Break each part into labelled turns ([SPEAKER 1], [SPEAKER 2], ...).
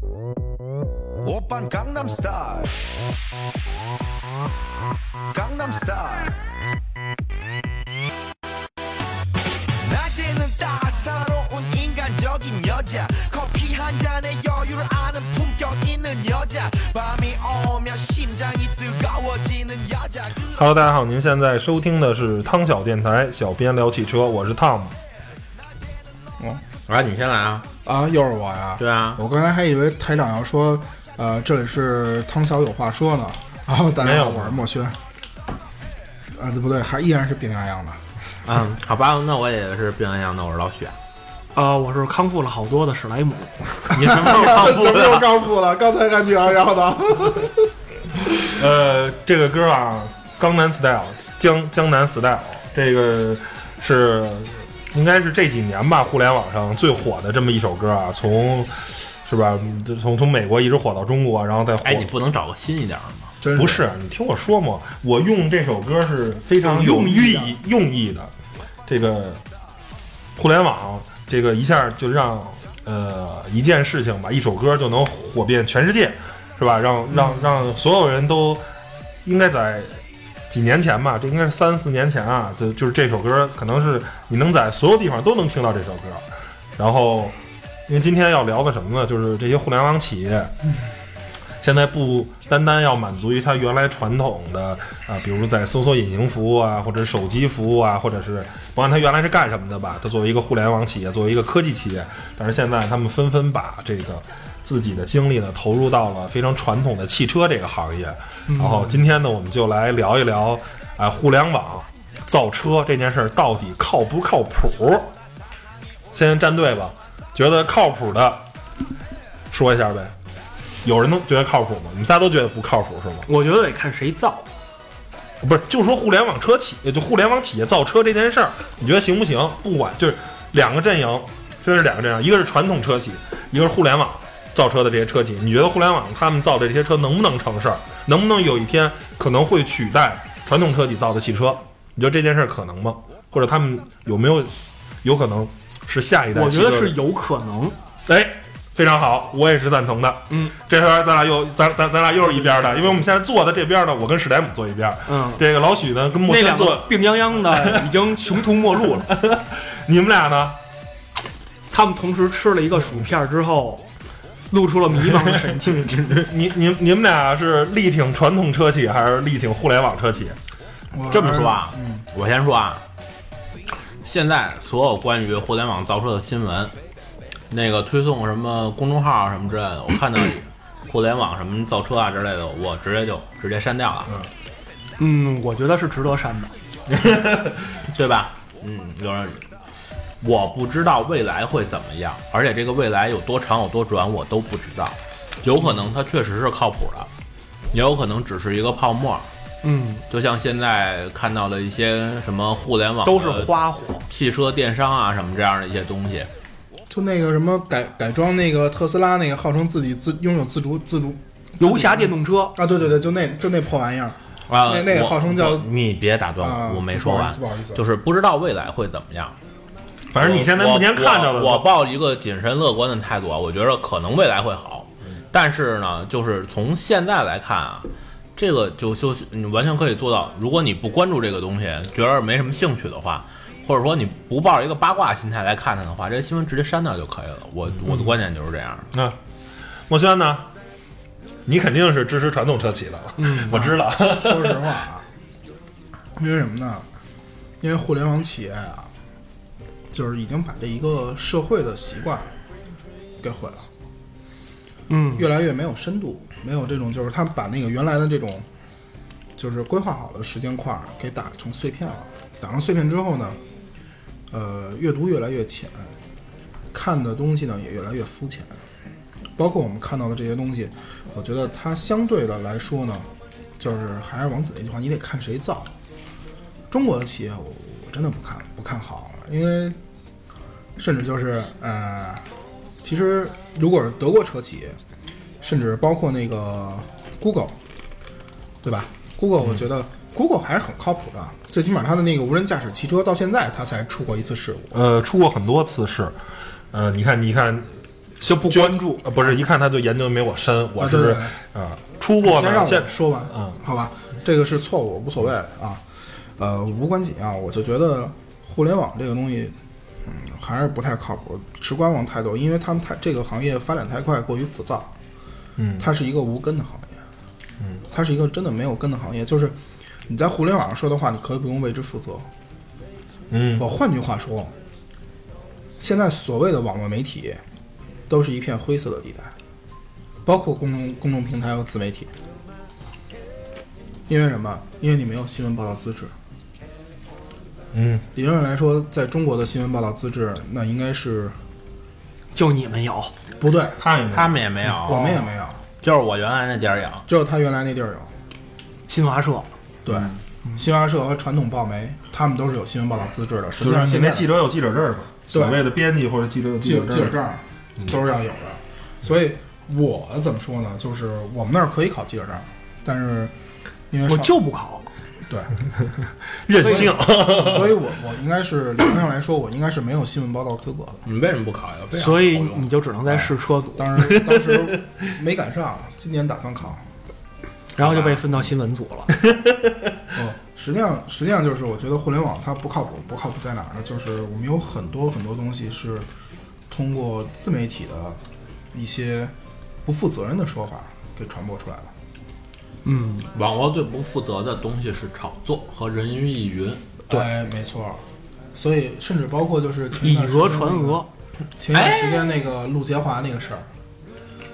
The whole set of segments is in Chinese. [SPEAKER 1] 오빤 강남스타일 강남스타일 낮에는 따사로운 인간적인 여자 커피 한 잔에 여유를 아는 품격 있는 여자 밤이 오면 심장이 뜨거워지는 여자 그런
[SPEAKER 2] Hello，大家好，您现在收听的是汤小电台，小编聊汽车，我是汤姆。
[SPEAKER 3] 来，你先来啊！
[SPEAKER 4] 啊，又是我呀！
[SPEAKER 3] 对啊，
[SPEAKER 4] 我刚才还以为台长要说，呃，这里是汤小有话说呢。然后大
[SPEAKER 2] 没
[SPEAKER 4] 家
[SPEAKER 2] 有
[SPEAKER 4] 好，我是墨轩。啊，对不对？还依然是病殃殃的。
[SPEAKER 3] 嗯，好吧，那我也是病殃殃的，我是老许。
[SPEAKER 5] 啊，我是康复了好多的史莱姆。
[SPEAKER 3] 你什么时候康复
[SPEAKER 4] 什么时候
[SPEAKER 3] 的？
[SPEAKER 4] 康复了？刚才还病殃殃的。
[SPEAKER 2] 呃，这个歌啊，《江南 Style》江江南 Style，这个是应该是这几年吧，互联网上最火的这么一首歌啊，从是吧，就从从美国一直火到中国，然后再火。
[SPEAKER 3] 哎，你不能找个新一点的吗？
[SPEAKER 4] 真
[SPEAKER 2] 不
[SPEAKER 4] 是
[SPEAKER 2] 是，你听我说嘛，我用这首歌是非常有
[SPEAKER 4] 用
[SPEAKER 2] 寓
[SPEAKER 4] 意的
[SPEAKER 2] 意用意的。这个互联网，这个一下就让呃一件事情吧，一首歌就能火遍全世界，是吧？让让让所有人都应该在几年前吧，这应该是三四年前啊，就就是这首歌可能是你能在所有地方都能听到这首歌。然后，因为今天要聊的什么呢？就是这些互联网企业。现在不单单要满足于它原来传统的啊，比如在搜索引擎服务啊，或者手机服务啊，或者是甭管它原来是干什么的吧，它作为一个互联网企业，作为一个科技企业，但是现在他们纷纷把这个自己的精力呢投入到了非常传统的汽车这个行业。然后今天呢，我们就来聊一聊啊、互联网造车这件事儿到底靠不靠谱？先站队吧，觉得靠谱的说一下呗。有人能觉得靠谱吗？你们仨都觉得不靠谱是吗？
[SPEAKER 5] 我觉得得看谁造。
[SPEAKER 2] 不是，就说互联网车企，就互联网企业造车这件事儿，你觉得行不行？不管就是两个阵营，现在是两个阵营，一个是传统车企，一个是互联网造车的这些车企。你觉得互联网他们造的这些车能不能成事儿？能不能有一天可能会取代传统车企造的汽车？你觉得这件事儿可能吗？或者他们有没有有可能是下一代？
[SPEAKER 5] 我觉得是，有可能。
[SPEAKER 2] 哎，非常好，我也是赞同的。
[SPEAKER 5] 嗯，
[SPEAKER 2] 这回咱俩又咱咱咱俩又是一边儿的，因为我们现在坐的这边儿呢，我跟史莱姆坐一边儿，
[SPEAKER 5] 嗯，
[SPEAKER 2] 这个老许呢跟莫
[SPEAKER 5] 那
[SPEAKER 2] 轩
[SPEAKER 5] 两
[SPEAKER 2] 坐
[SPEAKER 5] 个病殃殃的已经穷途末路了。
[SPEAKER 2] 你们俩呢？
[SPEAKER 5] 他们同时吃了一个薯片之后，露出了迷茫的神情。
[SPEAKER 2] 你你你们俩是力挺传统车企还是力挺互联网车企？
[SPEAKER 4] 我
[SPEAKER 3] 这么说啊，我先说啊，现在所有关于互联网造车的新闻，那个推送什么公众号啊什么之类的，我看到互联网什么造车啊之类的，我直接就直接删掉了，
[SPEAKER 5] 嗯，我觉得是值得删的。
[SPEAKER 3] 对吧？嗯，有人。我不知道未来会怎么样，而且这个未来有多长、有多短，我都不知道。有可能它确实是靠谱的，也有可能只是一个泡沫。
[SPEAKER 5] 嗯，
[SPEAKER 3] 就像现在看到的一些什么互联网
[SPEAKER 5] 都是
[SPEAKER 3] 的
[SPEAKER 5] 花火。
[SPEAKER 3] 汽车电商啊什么这样的一些东西，
[SPEAKER 4] 就那个什么改改装那个特斯拉那个，号称自己自拥有自主自主
[SPEAKER 5] 游侠电动车，
[SPEAKER 4] 啊，对对对，就那就那破玩意儿，
[SPEAKER 3] 啊，
[SPEAKER 4] 那那个
[SPEAKER 3] 我
[SPEAKER 4] 号称叫
[SPEAKER 3] 我你别打断
[SPEAKER 4] 啊
[SPEAKER 3] 我，我没说
[SPEAKER 4] 不
[SPEAKER 3] 完
[SPEAKER 4] 好意思不好意思，
[SPEAKER 3] 就是不知道未来会怎么样。
[SPEAKER 2] 反正你现在
[SPEAKER 3] 我
[SPEAKER 2] 目前看到的，
[SPEAKER 3] 我我抱一个谨慎乐观的态度啊，我觉得可能未来会好，
[SPEAKER 2] 嗯
[SPEAKER 3] 但是呢，就是从现在来看啊，这个就就你完全可以做到，如果你不关注这个东西，觉得没什么兴趣的话。或者说你不抱一个八卦心态来看它的话，这些新闻直接删掉就可以了。
[SPEAKER 2] 嗯
[SPEAKER 3] 我我的观点就是这样的。
[SPEAKER 2] 啊，莫轩呢？你肯定是支持传统车企的，嗯，我知 道。
[SPEAKER 4] 说实话啊，因为什么呢？因为互联网企业啊，就是已经把这一个社会的习惯给毁了，
[SPEAKER 5] 嗯，
[SPEAKER 4] 越来越没有深度，没有这种就是他们把那个原来的这种就是规划好的时间块儿给打成碎片了。打成碎片之后呢，呃，阅读越来越浅，看的东西呢也越来越肤浅，包括我们看到的这些东西，我觉得它相对的来说呢，就是还是王子那句话，你得看谁造。中国的企业我我真的不看不看好，因为甚至就是呃，其实如果是德国车企，甚至包括那个 Google，对吧？Google 我觉得 Google 还是很靠谱的，最起码它的那个无人驾驶汽车到现在它才出过一次事故，
[SPEAKER 2] 呃，出过很多次事，呃，你看，你看，
[SPEAKER 5] 就不
[SPEAKER 2] 就
[SPEAKER 5] 关注，
[SPEAKER 2] 呃不是一看他就研究没我深，我
[SPEAKER 4] 啊
[SPEAKER 2] 是
[SPEAKER 4] 对
[SPEAKER 2] 不是
[SPEAKER 4] 对
[SPEAKER 2] 啊出过
[SPEAKER 4] 先
[SPEAKER 2] 呢，
[SPEAKER 4] 让
[SPEAKER 2] 现
[SPEAKER 4] 我说完，
[SPEAKER 2] 嗯
[SPEAKER 4] 好吧，这个是错误，无所谓啊，呃，无关紧要。我就觉得互联网这个东西，嗯，还是不太靠谱，持观望态度，因为他们太这个行业发展太快，过于浮躁，
[SPEAKER 2] 嗯
[SPEAKER 4] 它是一个无根的行业，嗯，它是一个真的没有根的行业，就是你在互联网上说的话，你可以不用为之负责，
[SPEAKER 2] 嗯
[SPEAKER 4] 我换句话说，现在所谓的网络媒体，都是一片灰色的地带，包括公众公众平台和自媒体。因为什么？因为你没有新闻报道资质。
[SPEAKER 2] 嗯，
[SPEAKER 4] 理论上来说，在中国的新闻报道资质，那应该是
[SPEAKER 5] 就你们有，
[SPEAKER 4] 不对，
[SPEAKER 2] 他也
[SPEAKER 3] 他们也没有，
[SPEAKER 2] 哦
[SPEAKER 4] 嗯我们也没有，
[SPEAKER 3] 就是我原来那点儿养，
[SPEAKER 4] 只有他原来那地儿有。
[SPEAKER 5] 新华社
[SPEAKER 4] 对，
[SPEAKER 2] 嗯
[SPEAKER 4] 新华社和传统报媒，他们都是有新闻报道资质的。实际
[SPEAKER 2] 就是
[SPEAKER 4] 上，
[SPEAKER 2] 你
[SPEAKER 4] 现
[SPEAKER 2] 那
[SPEAKER 4] 在
[SPEAKER 2] 记者有记者证儿吧，
[SPEAKER 4] 对
[SPEAKER 2] 所谓的编辑或者记者有
[SPEAKER 4] 记
[SPEAKER 2] 记
[SPEAKER 4] 者记者
[SPEAKER 2] 证
[SPEAKER 4] 证
[SPEAKER 2] 儿，
[SPEAKER 4] 儿都是要有的。所以我怎么说呢？就是我们那儿可以考记者证儿，但是因为
[SPEAKER 5] 我
[SPEAKER 4] 上
[SPEAKER 5] 就不考，
[SPEAKER 4] 对，
[SPEAKER 2] 任性。
[SPEAKER 4] 所以我我应该是理论上来说，我应该是没有新闻报道资格的。
[SPEAKER 3] 你为什么不考呀？非要
[SPEAKER 5] 所以
[SPEAKER 3] 考啊用
[SPEAKER 5] 你就只能在试车组，
[SPEAKER 4] 哎当时当时没赶上，今年打算考。
[SPEAKER 5] 然后就被分到新闻组了。
[SPEAKER 4] 哦，实际上实际上就是我觉得互联网它不靠谱，不靠谱在哪儿呢？就是我们有很多很多东西是通过自媒体的一些不负责任的说法给传播出来的。
[SPEAKER 5] 嗯，
[SPEAKER 3] 网络最不负责的东西是炒作和人云亦云。
[SPEAKER 4] 对，哎没错。所以甚至包括就是前一
[SPEAKER 5] 以
[SPEAKER 4] 段时间
[SPEAKER 5] 讹传
[SPEAKER 4] 那个
[SPEAKER 5] 讹，
[SPEAKER 4] 前一段时间那个陆杰华那个事儿，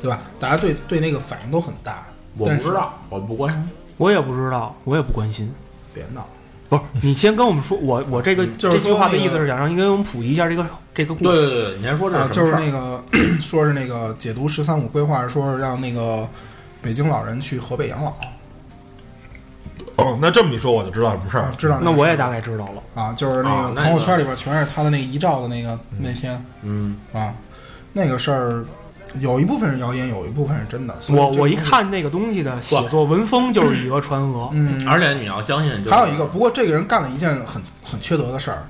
[SPEAKER 4] 对吧？大家对对那个反应都很大。
[SPEAKER 3] 我
[SPEAKER 4] 但
[SPEAKER 3] 不
[SPEAKER 4] 是
[SPEAKER 3] 知，道，我不关心。
[SPEAKER 5] 我也不知道，我也不关心。
[SPEAKER 4] 别闹，
[SPEAKER 5] 不是，你先跟我们说，我我这个
[SPEAKER 4] 嗯就是
[SPEAKER 5] 这句话
[SPEAKER 4] 说那
[SPEAKER 5] 的
[SPEAKER 4] 个
[SPEAKER 5] 意思是想让你给我们普及一下这个这个故
[SPEAKER 3] 对
[SPEAKER 5] 事。
[SPEAKER 3] 对对对，你先说这
[SPEAKER 4] 啊，
[SPEAKER 3] 是什
[SPEAKER 4] 就是
[SPEAKER 3] 么事儿？
[SPEAKER 4] 那个 说是那个解读“十三五”规划，说是让那个北京老人去河北养老，
[SPEAKER 2] 哦，那这么一说我就知道什么事儿
[SPEAKER 4] 啊
[SPEAKER 2] 了。
[SPEAKER 4] 知道个
[SPEAKER 5] 那我也
[SPEAKER 4] 事儿
[SPEAKER 5] 大概知道了。
[SPEAKER 4] 啊，就是
[SPEAKER 3] 啊
[SPEAKER 4] 那个
[SPEAKER 3] 那
[SPEAKER 4] 朋友
[SPEAKER 3] 个
[SPEAKER 4] 圈里边全是他的那个遗照的那个那天
[SPEAKER 3] 嗯，
[SPEAKER 4] 啊，那个事儿有一部分是谣言，有一部分是真的。所以
[SPEAKER 5] 我
[SPEAKER 4] 这个
[SPEAKER 5] 我一
[SPEAKER 4] 东西，
[SPEAKER 5] 看那个东西的写作文风就是以讹传讹，
[SPEAKER 4] 嗯，
[SPEAKER 3] 而且你要相信、就是，
[SPEAKER 4] 还有一个，不过这个人干了一件很很缺德的事儿，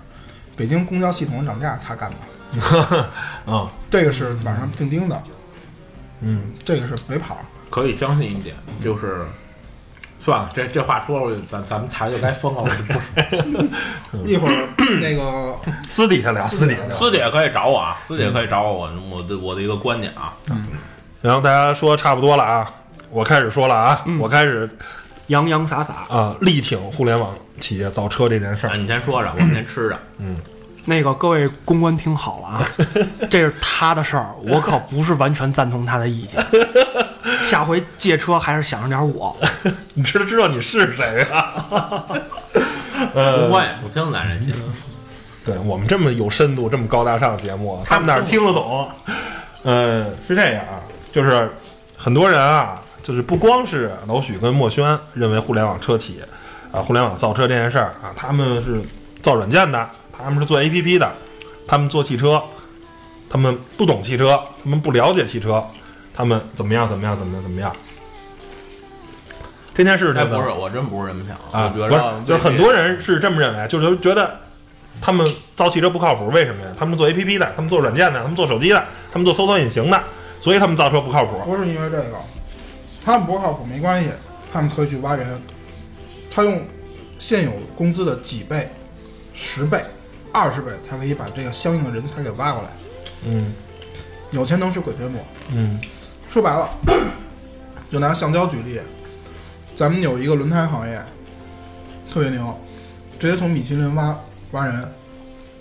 [SPEAKER 4] 北京公交系统涨价是他干的，
[SPEAKER 2] 啊，
[SPEAKER 4] 这个是网上钉钉的，
[SPEAKER 2] 嗯，
[SPEAKER 4] 这个是北跑。
[SPEAKER 3] 可以相信一点，就是算了，这这话说出去，咱咱们台就该封了。我就不说
[SPEAKER 4] 一会儿 那个
[SPEAKER 2] 私底下聊，私底下。
[SPEAKER 3] 私底下可以找我啊，私底下可以找我，我我的我的一个观点啊，
[SPEAKER 2] 然后大家说差不多了啊，我开始说了啊，
[SPEAKER 4] 嗯
[SPEAKER 2] 我开始
[SPEAKER 5] 洋洋洒洒。
[SPEAKER 2] 啊力挺互联网企业造车这件事
[SPEAKER 3] 啊
[SPEAKER 2] 儿。
[SPEAKER 3] 你先说着，我先吃着。
[SPEAKER 5] 那个各位公关听好了啊， 这是他的事儿，我可不是完全赞同他 的意见。下回借车还是想着点我。
[SPEAKER 2] 你知道知道你是谁啊？
[SPEAKER 3] 不
[SPEAKER 2] 呃，
[SPEAKER 3] 会，我听咱人家。
[SPEAKER 2] 对我们这么有深度、这么高大上的节目，啊他们哪儿听得懂？呃，是这样啊，就是很多人啊，就是不光是老许跟墨轩认为互联网车企啊、互联网造车这件事儿啊，他们是造软件的，他们是做 APP 的，他们做汽车，他们不懂汽车，他们不了解汽车，他们怎么样怎么样怎么样怎么样。这件事情呢，
[SPEAKER 3] 哎，不是，我真不是这么想，
[SPEAKER 2] 啊，
[SPEAKER 3] 我觉
[SPEAKER 2] 不是
[SPEAKER 3] 得，
[SPEAKER 2] 就是很多人是这么认为，就是觉得他们造汽车不靠谱，为什么呀？他们做 APP 的，他们做软件的，他们做手机的，他们做搜索引擎的，所以他们造车不靠谱。
[SPEAKER 4] 不是因为这个，他们不靠谱没关系，他们可以去挖人，他用现有工资的几倍、十倍、二十倍，他可以把这个相应的人才给挖过来。
[SPEAKER 2] 嗯
[SPEAKER 4] 有钱能使鬼推磨，
[SPEAKER 2] 嗯
[SPEAKER 4] 说白了， 就拿橡胶举例，咱们有一个轮胎行业，特别牛，直接从米其林挖挖人，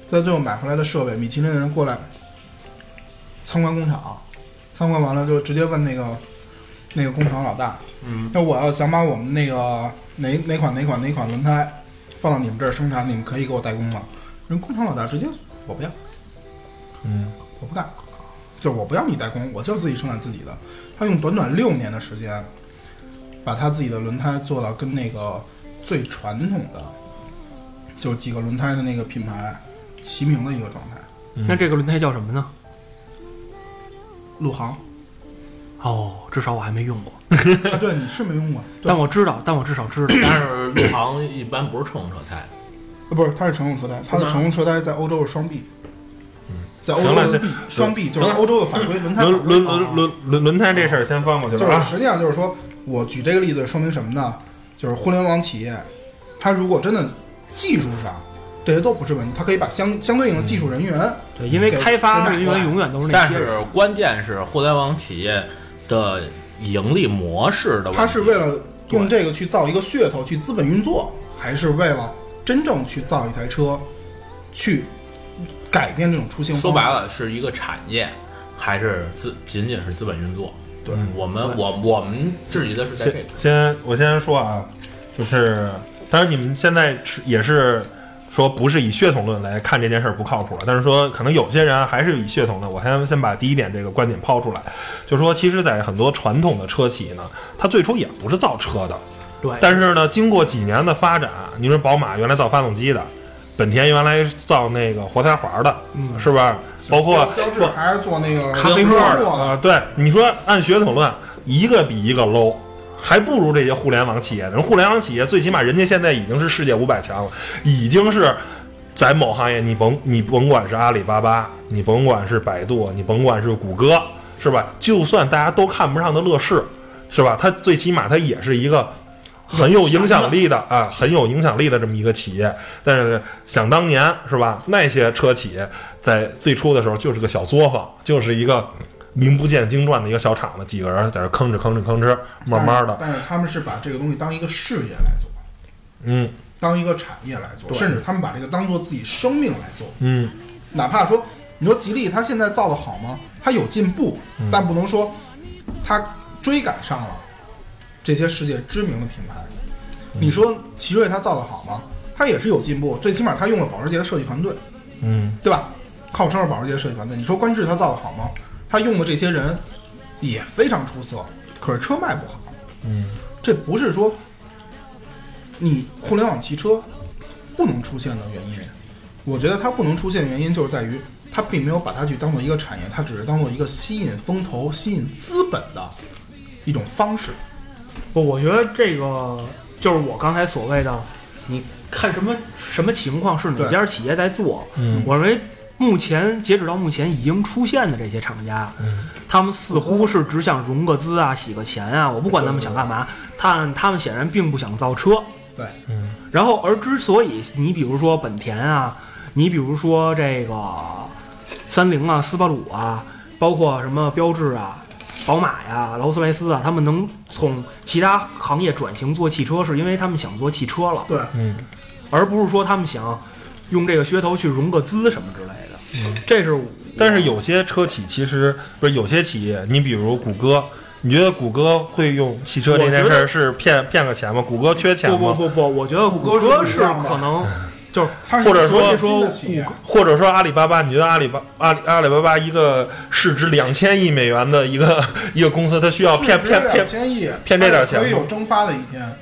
[SPEAKER 4] 在最后买回来的设备，米其林的人过来参观工厂，参观完了就直接问那个那个工厂老大，
[SPEAKER 3] 嗯，。
[SPEAKER 4] 那我要想把我们那个哪哪款哪款哪款轮胎放到你们这儿生产，你们可以给我代工吗？人工厂老大直接我不要。
[SPEAKER 2] 嗯，
[SPEAKER 4] 我不干，就我不要你代工，我就自己生产自己的。他用短短六年的时间，把他自己的轮胎做到跟那个最传统的，就几个轮胎的那个品牌齐名的一个状态。
[SPEAKER 5] 那这个轮胎叫什么呢？
[SPEAKER 4] 陆航
[SPEAKER 5] 哦，至少我还没用过，
[SPEAKER 4] 啊，对，你是没用过，对，
[SPEAKER 5] 但我知道，但我至少知道
[SPEAKER 3] 但是陆航一般不是乘用车胎，
[SPEAKER 4] 呃不是，它是乘用车胎，它的
[SPEAKER 3] 吗
[SPEAKER 4] 乘用车胎在欧洲是双臂，在欧
[SPEAKER 2] 行了
[SPEAKER 4] 洲是
[SPEAKER 2] 行
[SPEAKER 4] 臂双臂就是
[SPEAKER 3] 行了
[SPEAKER 4] 欧洲的法规轮胎法
[SPEAKER 2] 轮
[SPEAKER 4] 规
[SPEAKER 2] 轮轮轮轮轮胎这事儿先翻过去
[SPEAKER 4] 就
[SPEAKER 2] 了
[SPEAKER 4] 是
[SPEAKER 2] 啊。
[SPEAKER 4] 实际上就是说，我举这个例子说明什么呢？就是互联网企业，它如果真的技术上这些都不是问题，它可以把相相对应的技术人员，
[SPEAKER 5] 对，因为
[SPEAKER 4] 给
[SPEAKER 5] 开发人
[SPEAKER 4] 给买过
[SPEAKER 5] 员
[SPEAKER 4] 来
[SPEAKER 5] 永远都是那
[SPEAKER 3] 但
[SPEAKER 5] 些人。
[SPEAKER 3] 是关键是互联网企业的盈利模式的问题。
[SPEAKER 4] 它是为了用这个去造一个噱头，去资本运作，还是为了真正去造一台车，去改变这种出行方式？
[SPEAKER 3] 说白了是一个产业，还是资仅仅是资本运作？对
[SPEAKER 5] 嗯
[SPEAKER 3] 我们，我我们质疑的是在这
[SPEAKER 2] 先
[SPEAKER 3] 个。
[SPEAKER 2] 先我先说啊，就是当然你们现在是也是说不是以血统论来看这件事儿不靠谱了，但是说可能有些人啊还是以血统论。我先先把第一点这个观点抛出来，就是说其实，在很多传统的车企呢，它最初也不是造车的，
[SPEAKER 5] 对，
[SPEAKER 2] 但是呢，经过几年的发展，你说宝马原来造发动机的，本田原来造那个活塞环的，
[SPEAKER 5] 嗯
[SPEAKER 2] 是不是？包括
[SPEAKER 4] 标志还是做那个
[SPEAKER 5] 咖啡
[SPEAKER 4] 标
[SPEAKER 5] 沫儿
[SPEAKER 4] 志
[SPEAKER 2] 啊，对，你说按血统论，一个比一个 low，还不如这些互联网企业呢。人互联网企业最起码人家现在已经是世界五百强了，已经是在某行业，你甭你甭管是阿里巴巴，你甭管是百度，你甭管是谷歌，是吧？就算大家都看不上的乐视，是吧？它最起码它也是一个。很有影响力的啊，很有影响力的这么一个企业，但是想当年是吧？那些车企在最初的时候就是个小作坊，就是一个名不见经传的一个小厂子，几个人在这吭哧吭哧吭哧，慢慢的，
[SPEAKER 4] 但是他们是把这个东西当一个事业来做，
[SPEAKER 2] 嗯
[SPEAKER 4] 当一个产业来做，甚至他们把这个当做自己生命来做。
[SPEAKER 2] 嗯，
[SPEAKER 4] 哪怕说你说吉利它现在造的好吗？它有进步，
[SPEAKER 2] 嗯
[SPEAKER 4] 但不能说它追赶上了这些世界知名的品牌。
[SPEAKER 2] 嗯
[SPEAKER 4] 你说奇瑞它造的好吗？它也是有进步，最起码它用了保时捷的设计团队，
[SPEAKER 2] 嗯，
[SPEAKER 4] 对吧？号称是保时捷设计团队。你说观致它造的好吗？它用的这些人也非常出色，可是车卖不好。
[SPEAKER 2] 嗯，
[SPEAKER 4] 这不是说你互联网汽车不能出现的原因。我觉得它不能出现的原因就是在于它并没有把它去当做一个产业，它只是当做一个吸引风投、吸引资本的一种方式。
[SPEAKER 5] 不，我觉得这个就是我刚才所谓的，你看什么什么情况是哪
[SPEAKER 4] 对
[SPEAKER 5] 家企业在做。
[SPEAKER 2] 嗯
[SPEAKER 5] 我认为目前截止到目前已经出现的这些厂家，他们似乎是只想融个资啊、洗个钱啊，我不管他们想干嘛，但他们显然并不想造车。
[SPEAKER 4] 对，
[SPEAKER 2] 嗯
[SPEAKER 5] 然后，而之所以你比如说本田啊，你比如说这个三菱啊、斯巴鲁啊，包括什么标致啊、宝马呀、劳斯莱斯啊，他们能从其他行业转型做汽车，是因为他们想做汽车了，
[SPEAKER 4] 对，
[SPEAKER 2] 嗯
[SPEAKER 5] 而不是说他们想用这个噱头去融个资什么之类的。
[SPEAKER 3] 嗯
[SPEAKER 5] 这是我，
[SPEAKER 2] 但是有些车企其实不是有些企业，你比如谷歌，你觉得谷歌会用汽车这件
[SPEAKER 5] 我
[SPEAKER 2] 事
[SPEAKER 5] 觉
[SPEAKER 2] 儿
[SPEAKER 5] 得
[SPEAKER 2] 是骗骗个钱吗？谷歌缺钱
[SPEAKER 5] 不
[SPEAKER 2] 吗？
[SPEAKER 5] 不不不，我觉得
[SPEAKER 4] 谷歌是
[SPEAKER 5] 歌
[SPEAKER 4] 不一
[SPEAKER 5] 是
[SPEAKER 4] 样的
[SPEAKER 5] 可能就是
[SPEAKER 4] 它是
[SPEAKER 2] 或者说
[SPEAKER 4] 一个新的企业，啊
[SPEAKER 2] 或者说阿里巴巴，你觉得阿里巴阿里阿里巴巴一个市值两千亿美元的一个一个公司，它需要哦骗骗
[SPEAKER 4] 两
[SPEAKER 2] 骗
[SPEAKER 4] 千亿，
[SPEAKER 2] 骗这点钱
[SPEAKER 4] 它也可以
[SPEAKER 2] 吗
[SPEAKER 4] 有蒸发的一天，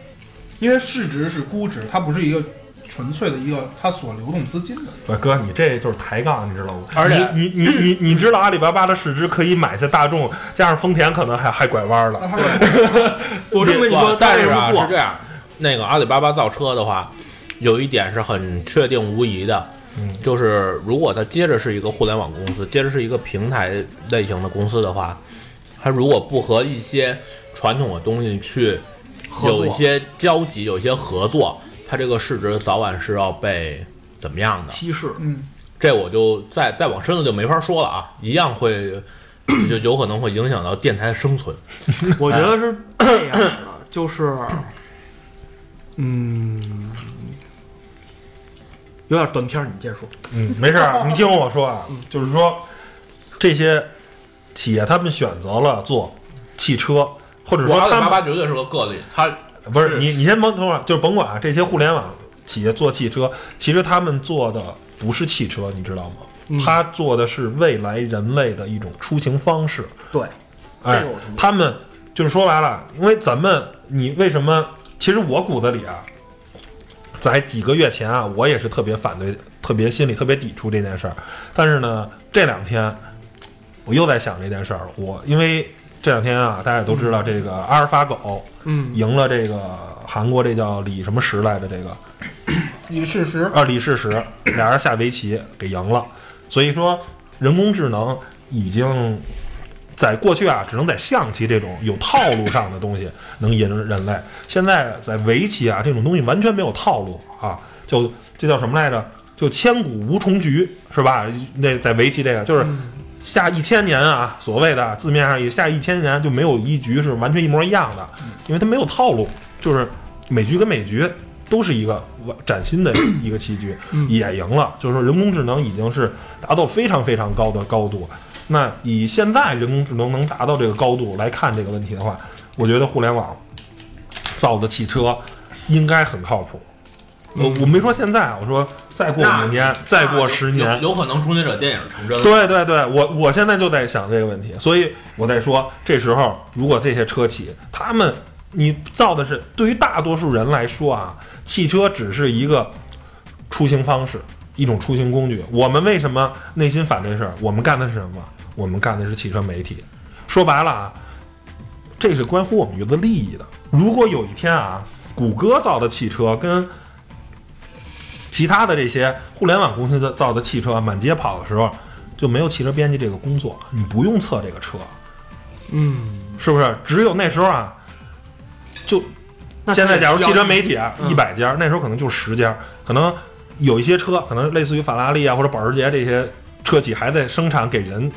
[SPEAKER 4] 因为市值是估值，它不是一个纯粹的一个它所流动资金的。
[SPEAKER 2] 不是哥，你这就是抬杠，你知道吗？
[SPEAKER 3] 而且
[SPEAKER 2] 你你你你你知道阿里巴巴的市值可以买下大众，加上丰田可能还还拐弯
[SPEAKER 4] 那
[SPEAKER 2] 了。
[SPEAKER 4] 它会
[SPEAKER 3] 嗯
[SPEAKER 5] 我这么跟你说，
[SPEAKER 3] 但
[SPEAKER 5] 为
[SPEAKER 3] 是
[SPEAKER 5] 什么
[SPEAKER 3] 啊
[SPEAKER 5] 做
[SPEAKER 3] 是这样，那个阿里巴巴造车的话，有一点是很确定无疑的，
[SPEAKER 5] 嗯
[SPEAKER 3] 就是如果它接着是一个互联网公司，接着是一个平台类型的公司的话，它如果不和一些传统的东西去
[SPEAKER 5] 合作
[SPEAKER 3] 有一些交集、有一些合作，它这个市值早晚是要被怎么样的？
[SPEAKER 5] 稀释？
[SPEAKER 4] 嗯，
[SPEAKER 3] 这我就再再往深了就没法说了啊，一样会就有可能会影响到电台的生存。
[SPEAKER 5] 我觉得是哎 这样的，就是，嗯，有点断片儿，你接着说。
[SPEAKER 2] 嗯，没事儿，你听我说啊，
[SPEAKER 4] 嗯
[SPEAKER 2] 就是说这些企业他们选择了做汽车，或者
[SPEAKER 3] 我
[SPEAKER 2] 说
[SPEAKER 3] 阿里
[SPEAKER 2] 他
[SPEAKER 3] 巴
[SPEAKER 2] 们
[SPEAKER 3] 巴绝对是个个例，它
[SPEAKER 2] 不是
[SPEAKER 3] 是
[SPEAKER 2] 你，你先甭等会儿，就是甭管啊，这些互联网企业做汽车，其实他们做的不是汽车，你知道吗？
[SPEAKER 5] 嗯
[SPEAKER 2] 他做的是未来人类的一种出行方式。
[SPEAKER 5] 对，
[SPEAKER 2] 哎
[SPEAKER 5] 这个我同，意
[SPEAKER 2] 他们就是说白了，因为咱们你为什么？其实我骨子里啊，在几个月前啊，我也是特别反对，特别心里特别抵触这件事儿。但是呢，这两天我又在想这件事儿了。我因为这两天啊，大家也都知道，这个阿尔法狗
[SPEAKER 5] 嗯，
[SPEAKER 2] 赢了这个韩国这叫李什么石来着？这个
[SPEAKER 4] 以事实，
[SPEAKER 2] 啊，李世石，俩人下围棋给赢了。所以说，人工智能已经在过去啊，只能在象棋这种有套路上的东西能引人类，现在在围棋啊这种东西完全没有套路啊，就这叫什么来着？就千古无重局是吧？那在围棋这个就是。下一千年啊，所谓的字面上也下一千年就没有一局是完全一模一样的，
[SPEAKER 3] 嗯
[SPEAKER 2] 因为它没有套路，就是每局跟每局都是一个完崭新的一个棋局，
[SPEAKER 3] 嗯
[SPEAKER 2] 也赢了。就是说，人工智能已经是达到非常非常高的高度。那以现在人工智能能达到这个高度来看这个问题的话，我觉得互联网造的汽车应该很靠谱。我我没说现在啊，我说再过
[SPEAKER 3] 嗯那
[SPEAKER 2] 五年，再过
[SPEAKER 3] 有
[SPEAKER 2] 十年，
[SPEAKER 3] 有有可能《终结者》电影成真了。
[SPEAKER 2] 对对对，我我现在就在想这个问题，所以我在说，这时候如果这些车企，他们你造的是对于大多数人来说啊，汽车只是一个出行方式，一种出行工具。我们为什么内心反对事儿？我们干的是什么？我们干的是汽车媒体。说白了啊，这是关乎我们娱乐利益的。如果有一天啊，谷歌造的汽车跟其他的这些互联网公司的造的汽车满街跑的时候，就没有汽车编辑这个工作，你不用测这个车，
[SPEAKER 5] 嗯，
[SPEAKER 2] 是不是？只有那时候啊，就
[SPEAKER 5] 那
[SPEAKER 2] 现在假如汽车媒
[SPEAKER 5] 体，
[SPEAKER 2] 体啊
[SPEAKER 5] 嗯
[SPEAKER 2] 一百家，那时候可能就十家，可能有一些车，可能类似于法拉利啊或者保时捷这些车企还在生产给人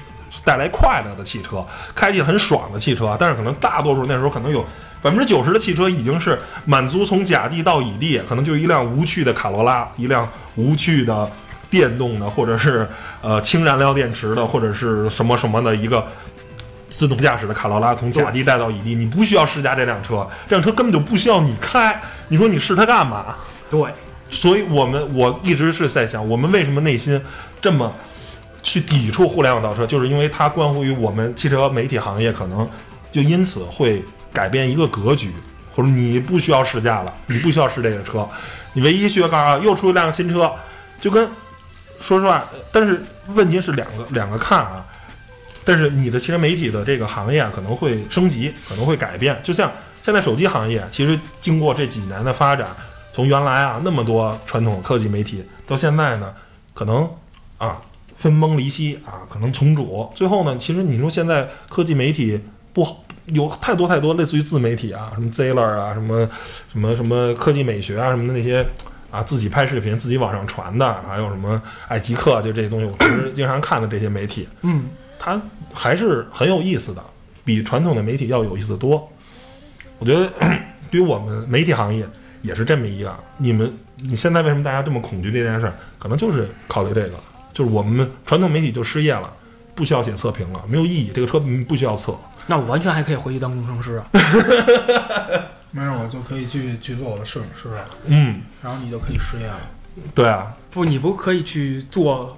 [SPEAKER 2] 带来快乐的汽车，开起来很爽的汽车，但是可能大多数那时候可能有。百分之九十的汽车已经是满足从甲地到乙地，可能就是一辆无趣的卡罗拉，一辆无趣的电动的，或者是呃氢燃料电池的，或者是什么什么的一个自动驾驶的卡罗拉从甲地带到乙地，你不需要试驾这辆车，这辆车根本就不需要你开，你说你试它干嘛？
[SPEAKER 5] 对，
[SPEAKER 2] 所以我们我一直是在想，我们为什么内心这么去抵触互联网造车，就是因为它关乎于我们汽车媒体行业，可能就因此会改变一个格局，或者你不需要试驾了，你不需要试这个车，你唯一需要干啥？又出一辆新车，就跟说实话，但是问题是两个两个看啊。但是你的汽车媒体的这个行业啊，可能会升级，可能会改变。就像现在手机行业，其实经过这几年的发展，从原来啊那么多传统科技媒体，到现在呢，可能啊分崩离析啊，可能重组。最后呢，其实你说现在科技媒体不好。有太多太多类似于自媒体啊，什么 Zeller 啊，什么什么什么科技美学啊，什么的那些啊，自己拍视频、自己往上传的，还有什么爱极客，就这些东西，我平时经常看的这些媒体，
[SPEAKER 5] 嗯，
[SPEAKER 2] 它还是很有意思的，比传统的媒体要有意思得多。我觉得 对于我们媒体行业也是这么一个。你们你现在为什么大家这么恐惧这件事儿？可能就是考虑这个，就是我们传统媒体就失业了，不需要写测评了，没有意义，这个车嗯不需要测。
[SPEAKER 5] 那我完全还可以回去当工程师 啊。
[SPEAKER 4] 没事，我就可以去去做我的摄影师了，
[SPEAKER 2] 嗯，
[SPEAKER 4] 然后你就可以失业了。
[SPEAKER 2] 对啊，
[SPEAKER 5] 不，你不可以去做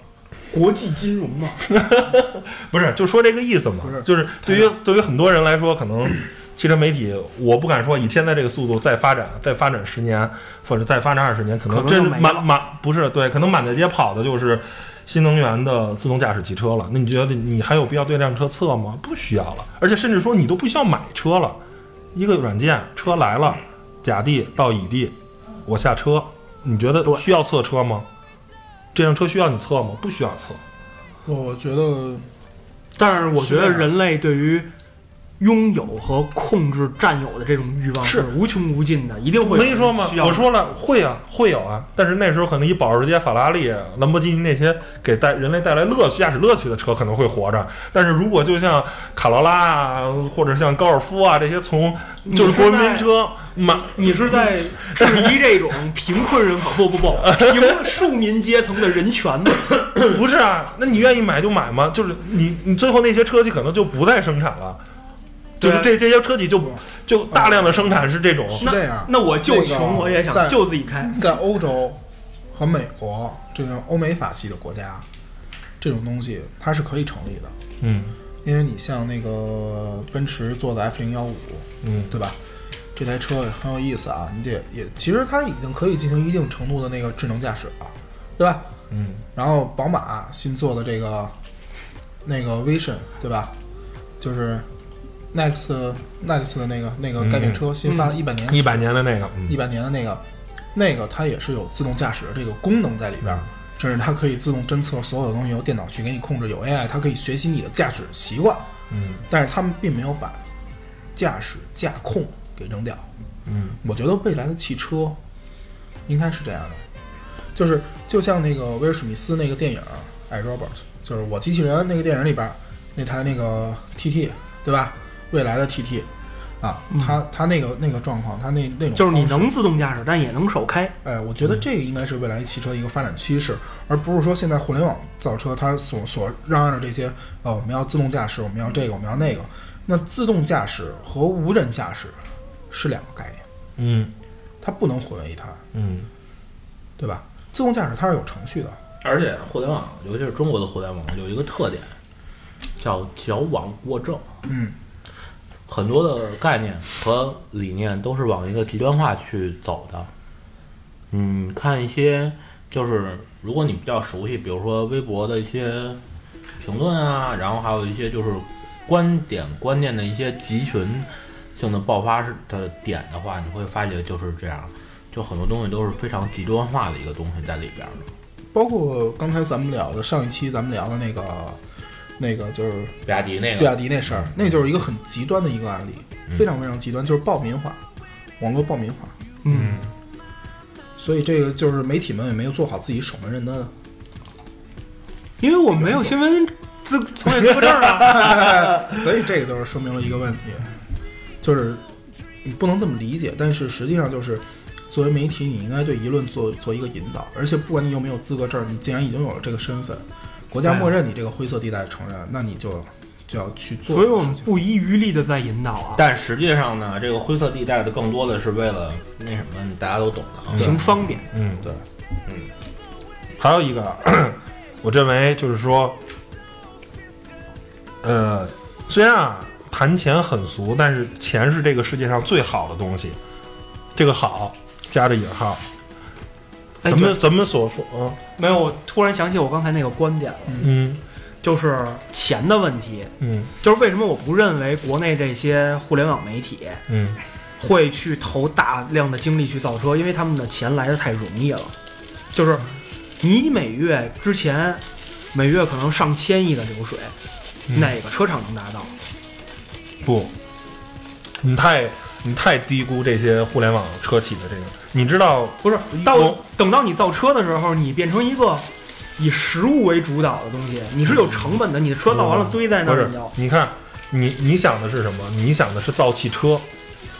[SPEAKER 5] 国际金融吗？
[SPEAKER 2] 不是，就说这个意思嘛
[SPEAKER 4] 不是，
[SPEAKER 2] 就是对
[SPEAKER 5] 哎
[SPEAKER 2] 于对于很多人来说，可能 汽车媒体，我不敢说以现在这个速度再发展，再发展十年，或者再发展二十年，可
[SPEAKER 5] 可
[SPEAKER 2] 能
[SPEAKER 5] 能
[SPEAKER 2] 真
[SPEAKER 5] 就没
[SPEAKER 2] 满
[SPEAKER 5] 了
[SPEAKER 2] 满不是对，可能满大街跑的就是新能源的自动驾驶汽车了。那你觉得你还有必要对这辆车测吗？不需要了，而且甚至说你都不需要买车了，一个软件车来了，甲地到乙地，我下车，你觉得
[SPEAKER 5] 对
[SPEAKER 2] 需要测车吗？这辆车需要你测吗？不需要测。
[SPEAKER 4] 我觉得
[SPEAKER 5] 但是我觉得
[SPEAKER 4] 是啊
[SPEAKER 5] 人类对于拥有和控制、占有的这种欲望
[SPEAKER 2] 是
[SPEAKER 5] 无穷无尽的，一定会
[SPEAKER 2] 没说吗
[SPEAKER 5] 需？要
[SPEAKER 2] 我说了会啊，会有啊，但是那时候可能以保时捷、法拉利、兰博基尼那些给带人类带来乐趣、驾驶乐趣的车可能会活着，但是如果就像卡罗拉啊，或者像高尔夫啊这些从就是国民车满
[SPEAKER 5] 你是在质疑这种贫困人口？不不不，贫庶民阶层的人权呢？
[SPEAKER 2] 不是啊？那你愿意买就买吗？就是你你最后那些车企可能就不再生产了，就是这
[SPEAKER 5] 对啊
[SPEAKER 2] 这些车企就就大量的生产是这种，
[SPEAKER 4] 是这
[SPEAKER 5] 那
[SPEAKER 4] 样。
[SPEAKER 5] 那我就
[SPEAKER 4] 那个
[SPEAKER 5] 穷，我也
[SPEAKER 4] 在
[SPEAKER 5] 想就自己开。
[SPEAKER 4] 在欧洲和美国这种欧美法系的国家，这种东西它是可以成立的，
[SPEAKER 2] 嗯
[SPEAKER 4] 因为你像那个奔驰做的 F 零幺五，
[SPEAKER 2] 嗯
[SPEAKER 4] 对吧？这台车也很有意思啊，你得也其实它已经可以进行一定程度的那个智能驾驶了，对吧？
[SPEAKER 2] 嗯，
[SPEAKER 4] 然后宝马新做的这个那个 Vision，对吧？就是 Next Next 的那个那个概念车，新发的一百年
[SPEAKER 2] 一百年的那个，嗯
[SPEAKER 4] 一百年的那个，那个它也是有自动驾驶的这个功能在里边儿，
[SPEAKER 5] 嗯
[SPEAKER 4] 甚至它可以自动侦测所有的东西，由电脑去给你控制，有 AI，它可以学习你的驾驶习惯。
[SPEAKER 2] 嗯，
[SPEAKER 4] 但是他们并没有把驾驶驾控给扔掉。
[SPEAKER 2] 嗯，
[SPEAKER 4] 我觉得未来的汽车应该是这样的，就是就像那个威尔史密斯那个电影《I Robot》，就是我机器人那个电影里边儿那台那个 TT，对吧？未来的 TT。啊，他他那个那个状况，他那那种
[SPEAKER 5] 嗯就是你
[SPEAKER 4] 方式
[SPEAKER 5] 能自动驾驶，但也能手开。
[SPEAKER 4] 哎，我
[SPEAKER 3] 嗯
[SPEAKER 4] 觉得这个应该是未来汽车的一个发展趋势，而不是说现在互联网造车它所所嚷嚷的这些，呃，我们要自动驾驶，我们要这个，我们要那个。那自动驾驶和无人驾驶是两个概念，
[SPEAKER 2] 嗯
[SPEAKER 4] 它不能混为一谈，
[SPEAKER 2] 嗯，
[SPEAKER 4] 对吧？自动驾驶它是有程序的，
[SPEAKER 3] 而且互联网，尤其是中国的互联网，有一个特点，叫矫枉过正。
[SPEAKER 4] 嗯，
[SPEAKER 3] 很多的概念和理念都是往一个极端化去走的。嗯，看一些就是如果你比较熟悉，比如说微博的一些评论啊，然后还有一些就是观点观念的一些集群性的爆发式的点的话，你会发觉就是这样，就很多东西都是非常极端化的一个东西在里边儿的。
[SPEAKER 4] 包括刚才咱们聊的上一期咱们聊的那个，那个就是
[SPEAKER 3] 比亚迪那个，嗯
[SPEAKER 4] 比亚迪那事儿，那就是一个很极端的一个案例，非常非常极端，就是暴民化，网络暴民化。
[SPEAKER 5] 嗯，
[SPEAKER 4] 所以这个就是媒体们也没有做好自己守门人的，
[SPEAKER 5] 因为我们没有新闻 资从业资格证啊。
[SPEAKER 4] 所以这个就是说明了一个问题，就是你不能这么理解，但是实际上就是作为媒体，你应该对舆论做做一个引导，而且不管你有没有资格证，你既然已经有了这个身份，国家默认你这个灰色地带承认，那你就就要去做
[SPEAKER 5] 所
[SPEAKER 4] 这
[SPEAKER 5] 以我
[SPEAKER 4] 个
[SPEAKER 5] 们
[SPEAKER 4] 事情。
[SPEAKER 5] 不遗余力的在引导啊，
[SPEAKER 3] 但实际上呢，这个灰色地带的更多的是为了那什么，大家都懂的啊。
[SPEAKER 5] 行方便。
[SPEAKER 2] 嗯，
[SPEAKER 4] 对，
[SPEAKER 2] 嗯，还有一个，啊 我认为就是说，呃，虽然啊谈钱很俗，但是钱是这个世界上最好的东西，这个好加着引号，
[SPEAKER 5] 哎
[SPEAKER 2] 咱们咱们所说，啊
[SPEAKER 5] 没有，我突然想起我刚才那个观点了，啊
[SPEAKER 2] 嗯
[SPEAKER 5] 就是钱的问题，
[SPEAKER 2] 嗯
[SPEAKER 5] 就是为什么我不认为国内这些互联网媒体
[SPEAKER 2] 嗯
[SPEAKER 5] 会去投大量的精力去造车，因为他们的钱来的太容易了。就是你每月之前每月可能上千亿的流水，
[SPEAKER 2] 嗯
[SPEAKER 5] 哪个车厂能达到？
[SPEAKER 2] 不，你太你太低估这些互联网车企的这个，你知道，
[SPEAKER 5] 不是到
[SPEAKER 2] 我
[SPEAKER 5] 等到你造车的时候，你变成一个以实物为主导的东西，你是有成本的，你的车造完了堆在那
[SPEAKER 2] 嗯不
[SPEAKER 5] 儿，
[SPEAKER 2] 是
[SPEAKER 5] 你要？
[SPEAKER 2] 你看，你你想的是什么？你想的是造汽车，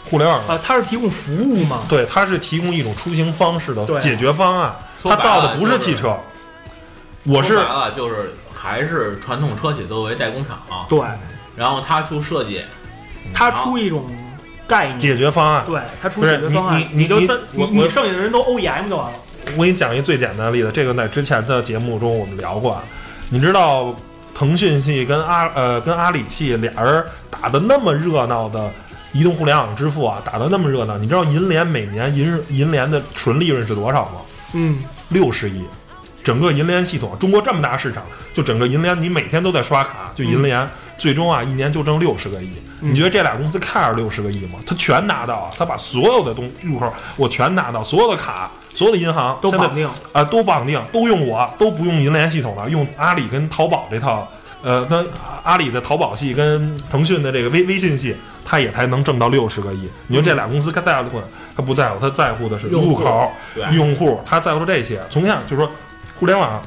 [SPEAKER 2] 互联网
[SPEAKER 5] 啊，它是提供服务嘛？
[SPEAKER 2] 对，它是提供一种出行方式
[SPEAKER 5] 对
[SPEAKER 2] 的
[SPEAKER 5] 啊
[SPEAKER 2] 解决方案。
[SPEAKER 3] 说
[SPEAKER 2] 它
[SPEAKER 3] 白
[SPEAKER 2] 造
[SPEAKER 3] 了
[SPEAKER 2] 的不是汽车，我
[SPEAKER 3] 我
[SPEAKER 2] 是
[SPEAKER 3] 白了，就是还是传统车企作为代工厂，
[SPEAKER 5] 对，
[SPEAKER 3] 然后他出设计，
[SPEAKER 5] 它出一种概念，
[SPEAKER 2] 解决方案。
[SPEAKER 5] 对，它出
[SPEAKER 2] 不是
[SPEAKER 5] 解决方案
[SPEAKER 2] 你，你
[SPEAKER 5] 就
[SPEAKER 2] 你
[SPEAKER 5] 三你
[SPEAKER 2] 我
[SPEAKER 5] 你
[SPEAKER 2] 我
[SPEAKER 5] 剩下的人都 OEM 就完了。
[SPEAKER 2] 我给你讲一最简单的例子，这个在之前的节目中我们聊过啊。你知道腾讯系跟阿呃跟阿里系俩人打的那么热闹的移动互联网支付啊，打的那么热闹，你知道银联每年银银联的纯利润是多少吗？
[SPEAKER 5] 嗯，
[SPEAKER 2] 六十亿。整个银联系统，中国这么大市场，就整个银联，你每天都在刷卡，就银联，最终啊，一年就挣六十个亿。
[SPEAKER 5] 嗯
[SPEAKER 2] 你觉得这俩公司 care 六十个亿吗？他全拿到啊，他把所有的东入口我全拿到，所有的卡，所有的银行
[SPEAKER 5] 都
[SPEAKER 2] 现在
[SPEAKER 5] 绑定
[SPEAKER 2] 啊、都绑定，都用我，都不用银联系统了，用阿里跟淘宝这套，呃，跟阿里的淘宝系跟腾讯的这个微微信系，他也才能挣到六十个亿。你说这俩公司他在乎他不在乎，他在乎的是
[SPEAKER 3] 用户
[SPEAKER 2] 入口。
[SPEAKER 3] 对，
[SPEAKER 2] 用户，他在乎这些。同样就是说，互联网，啊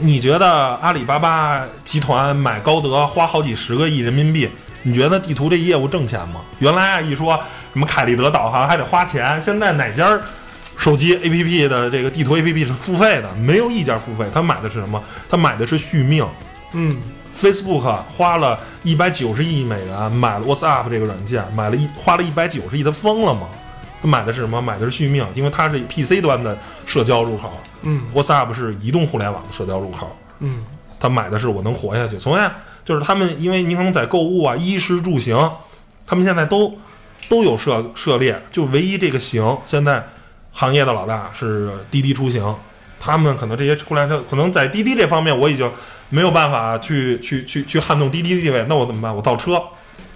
[SPEAKER 2] 你觉得阿里巴巴集团买高德花好几十个亿人民币，你觉得地图这业务挣钱吗？原来啊一说什么凯立德导航还得花钱，现在哪家手机 APP 的这个地图 APP 是付费的？没有一家付费，他买的是什么？他买的是续命。
[SPEAKER 5] 嗯，
[SPEAKER 2] Facebook 花了一百九十亿美元买了 WhatsApp 这个软件，买了一花了一百九十亿，他疯了吗？他买的是什么？买的是续命，因为它是 PC 端的社交入口
[SPEAKER 5] 嗯
[SPEAKER 2] ，WhatsApp 是移动互联网的社交入口。
[SPEAKER 5] 嗯，
[SPEAKER 2] 他买的是我能活下去。从来就是他们，因为你可能在购物啊、衣食住行，他们现在都都有涉涉猎，就唯一这个行，现在行业的老大是滴滴出行。他们可能这些互联车，可能在滴滴这方面我已经没有办法去去去去撼动滴滴的地位，那我怎么办？我造车，